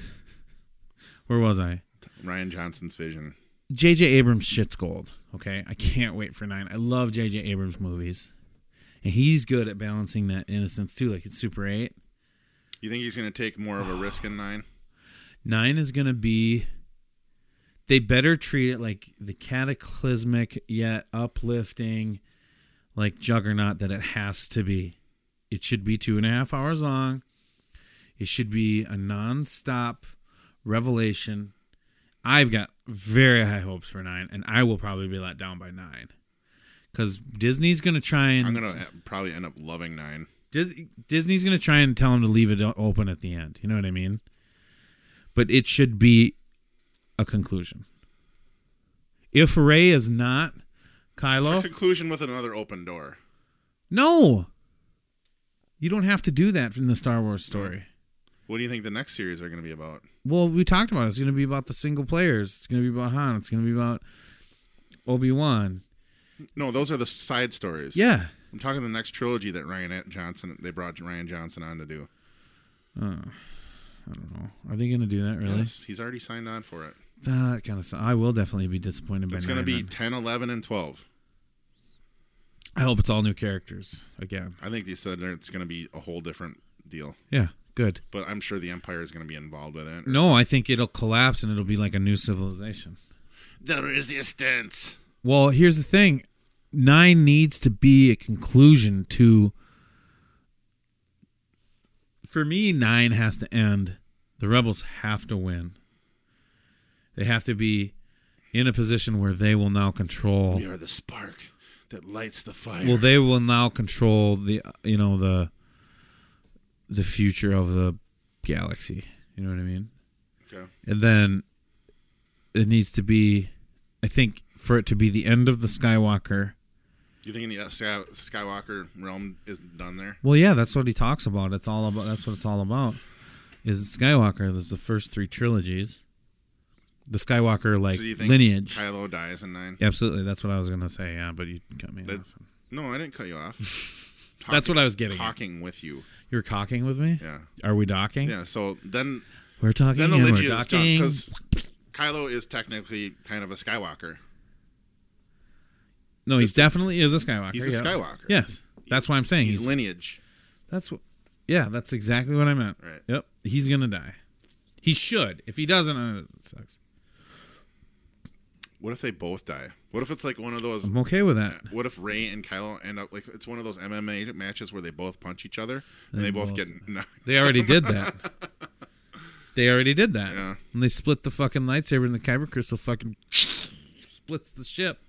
F: where was I?
D: Ryan Johnson's vision.
F: J.J. Abrams shit's gold. Okay, I can't wait for nine. I love J.J. Abrams movies, and he's good at balancing that innocence too. Like it's Super Eight.
D: You think he's gonna take more of a risk in nine?
F: Nine is going to be. They better treat it like the cataclysmic yet uplifting, like juggernaut that it has to be. It should be two and a half hours long. It should be a nonstop revelation. I've got very high hopes for nine, and I will probably be let down by nine because Disney's going to try and
D: I'm gonna uh, probably end up loving nine.
F: Dis- Disney's going to try and tell him to leave it o- open at the end. You know what I mean? But it should be a conclusion. If Ray is not
D: A
F: Kylo,
D: conclusion with another open door.
F: no. You don't have to do that in the Star Wars story.
D: What do you think the next series are gonna be about?
F: Well, we talked about it. It's going to be about the single players. It's going to be about Han. It's going to be about Obi Wan.
D: No, those are the side stories.
F: Yeah.
D: I'm talking the next trilogy that Ryan Johnson they brought Ryan Johnson on to do.
F: I don't know. Are they going to do that really?
D: Yes, he's already signed on for it.
F: That kind of. I will definitely be disappointed by.
D: It's going to be
F: Nyman.
D: 10, 11, and 12.
F: I hope it's all new characters again.
D: I think they said that it's going to be a whole different deal.
F: Yeah, good.
D: But I'm sure the Empire is going to be involved with it. or
F: No, I think it'll collapse and it'll be like a new civilization.
D: The resistance.
F: Well, here's the thing. Nine needs to be a conclusion to. For me, nine has to end. The rebels have to win. They have to be in a position where they will now control.
D: We are the spark that lights the fire.
F: Well, they will now control the you know the the future of the galaxy. You know what I mean?
D: Okay.
F: And then it needs to be, I think, for it to be the end of the Skywalker.
D: you think the uh, Sky- Skywalker realm is done there?
F: Well, yeah, that's what he talks about. It's all about. That's what it's all about. Is Skywalker? There's the first three trilogies. The Skywalker like
D: so do you think
F: lineage.
D: Kylo dies in nine?
F: Absolutely, that's what I was gonna say. Yeah, but you cut me
D: That-
F: off.
D: No, I didn't cut you off.
F: That's what I was getting at.
D: Talking with you.
F: You were cocking with me.
D: Yeah.
F: Are we docking?
D: Yeah. So then,
F: We're talking.
D: then the
F: and we're
D: lineage is done
F: docking.
D: because Kylo is technically kind of a Skywalker.
F: No, he's definitely is a Skywalker.
D: He's a
F: yeah.
D: Skywalker.
F: Yes, that's why I'm saying
D: He's
F: he's.
D: lineage.
F: that's what. Yeah, that's exactly what I meant.
D: Right.
F: Yep, he's gonna die. He should. If he doesn't, uh, it sucks.
D: What if they both die? What if it's like one of those?
F: I'm okay with that.
D: What if Ray and Kylo end up like it's one of those MMA matches where they both punch each other and they, both,
F: both-
D: get knocked?
F: They already did that. They already did that.
D: Yeah.
F: And they split the fucking lightsaber and the kyber crystal fucking splits the ship.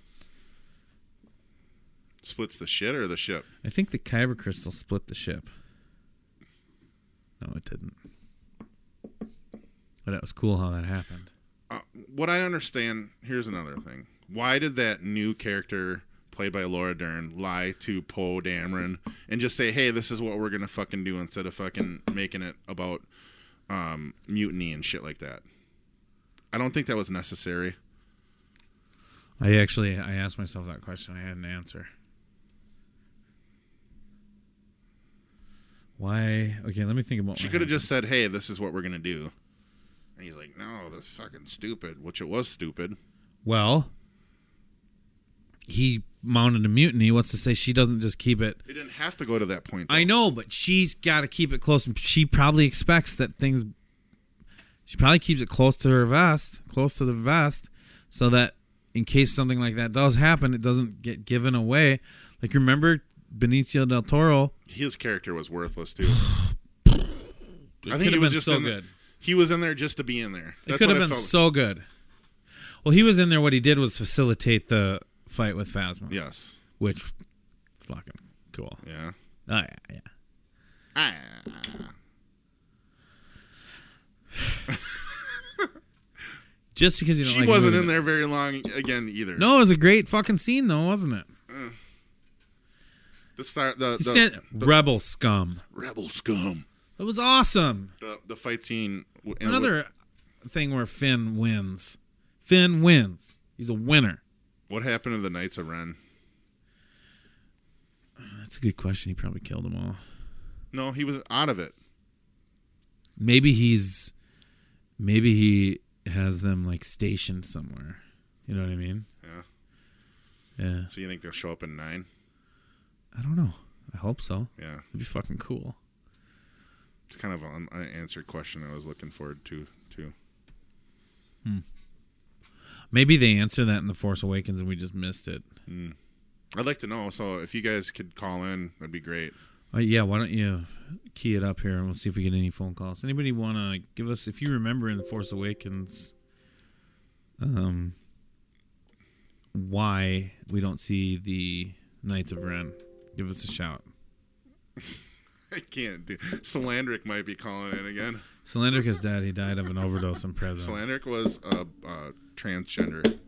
D: Splits the shit or the ship?
F: I think the kyber crystal split the ship. No, it didn't. But it was cool how that happened.
D: Uh, what I understand here's another thing. Why did that new character played by Laura Dern lie to Poe Dameron and just say, "Hey, this is what we're gonna fucking do," instead of fucking making it about um, mutiny and shit like that? I don't think that was necessary.
F: I actually I asked myself that question. I had an answer. Why? Okay, let me think about.
D: She
F: what
D: could have
F: happened.
D: just said, "Hey, this is what we're gonna do," and he's like, "No, that's fucking stupid," which it was stupid.
F: Well, he mounted a mutiny. What's to say she doesn't just keep it?
D: It didn't have to go to that point. though.
F: I know, but she's got to keep it close. She probably expects that things. She probably keeps it close to her vest, close to the vest, so that in case something like that does happen, it doesn't get given away. Like remember Benicio del Toro?
D: his character was worthless too. I think
F: could've
D: he was
F: been
D: just
F: so
D: in the-
F: good.
D: he was in there just to be in there.
F: It
D: That's
F: could
D: what
F: have
D: I
F: been
D: felt.
F: so good. Well, he was in there. What he did was facilitate the fight with Phasma,
D: yes,
F: which fucking cool.
D: yeah.
F: Oh yeah, yeah.
D: Ah.
F: Just because you don't
D: She
F: like
D: wasn't
F: the
D: in
F: movie-
D: there very long again either.
F: No, it was a great fucking scene though, wasn't it?
D: the start the,
F: He
D: the,
F: stand- rebel scum.
D: rebel scum.
F: That was awesome.
D: The the fight scene. w- and
F: Another thing where Finn wins. Finn wins. He's a winner.
D: What, what happened to the Knights of Ren?
F: That's a good question. He probably killed them all.
D: No, he was out of it.
F: Maybe he's maybe he has them like stationed somewhere. You know what I mean?
D: Yeah.
F: Yeah.
D: So you think they'll show up in nine?
F: I don't know. I hope so.
D: Yeah.
F: It'd be fucking cool.
D: It's kind of an unanswered question I was looking forward to too.
F: Maybe they answer that in The Force Awakens and we just missed it.
D: I'd like to know. So if you guys could call in, that'd be great.
F: Uh, yeah, why don't you key it up here and we'll see if we get any phone calls. Anybody want to give us, if you remember in The Force Awakens, um, why we don't see the Knights of Ren? Give us a shout.
D: I can't do. Solandric might be calling in again.
F: Cylindric is dead. He died of an overdose in prison.
D: Solandric was a uh, transgender.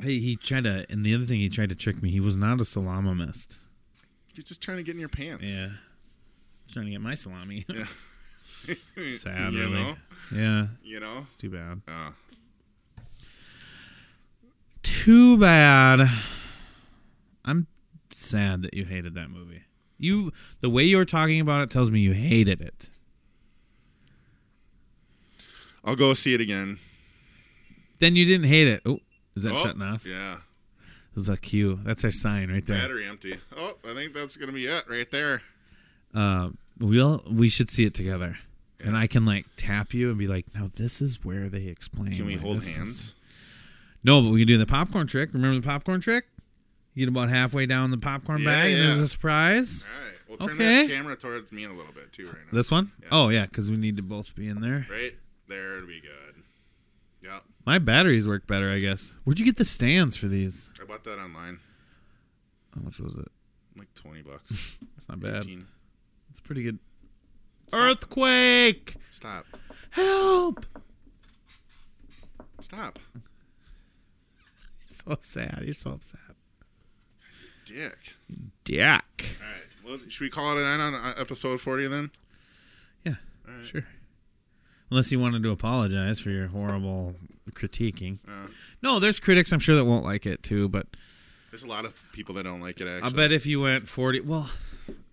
F: hey, he tried to, and the other thing he tried to trick me, he was not a salamamist.
D: You're just trying to get in your pants.
F: Yeah. Trying to get my salami. Sad,
D: you
F: really.
D: know.
F: Yeah,
D: You know.
F: too bad.
D: Uh,
F: Too bad. I'm sad that you hated that movie. You the way you're talking about it tells me you hated it.
D: I'll go see it again.
F: Then you didn't hate it. Oh, is that
D: oh,
F: shutting off?
D: Yeah.
F: That's a cue. That's our sign right there.
D: Battery empty. Oh, I think that's gonna be it right there.
F: Uh, we'll we should see it together, and I can like tap you and be like, "No, this is where they explain."
D: Can we
F: why
D: hold
F: this
D: hands?
F: person-" No, but we can do the popcorn trick. Remember the popcorn trick? You get about halfway down the popcorn
D: Yeah,
F: bag, and there's
D: yeah.
F: a surprise.
D: All right. We'll turn
F: Okay.
D: that camera towards me a little bit too right now.
F: This one? Oh yeah, because we need to both be in there.
D: Right there, it'll be good. Yep.
F: My batteries work better, I guess. Where'd you get the stands for these?
D: I bought that online.
F: How much was it?
D: Like twenty bucks.
F: It's not bad.
D: 18.
F: It's pretty good. Earthquake!
D: Stop.
F: Help!
D: Stop.
F: So sad. You're so upset.
D: Dick.
F: Dick.
D: All right. Well, should we call it an end on uh, episode forty then?
F: Yeah. Sure. Unless you wanted to apologize for your horrible critiquing.
D: Uh,
F: No, there's critics I'm sure that won't like it too, but
D: there's a lot of people that don't like it. Actually.
F: I bet if you went 40, well,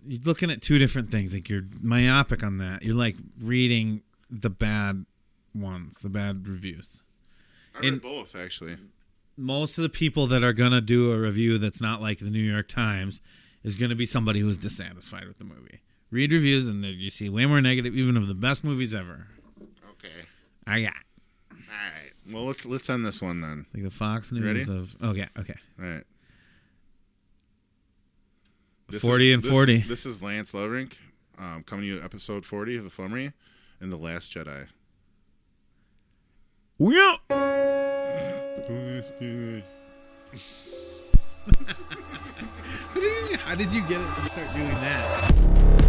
F: you're looking at two different things. Like you're myopic on that. You're like reading the bad ones, the bad reviews.
D: I read
F: in-
D: both actually.
F: most of the people that are gonna do a review that's not like the New York Times is gonna be somebody who's dissatisfied with the movie. Read reviews and then you see way more negative, even of the best movies ever.
D: Okay.
F: I got
D: All right. Well, let's let's end this one then.
F: like the Fox News
D: Ready?
F: of oh yeah okay
D: All right.
F: 40 and
D: this-
F: 40.
D: This, is Lance Lovrink, um, coming to you episode 40 of The Flummery and The Last Jedi.
F: we out. How did you get it to start doing that?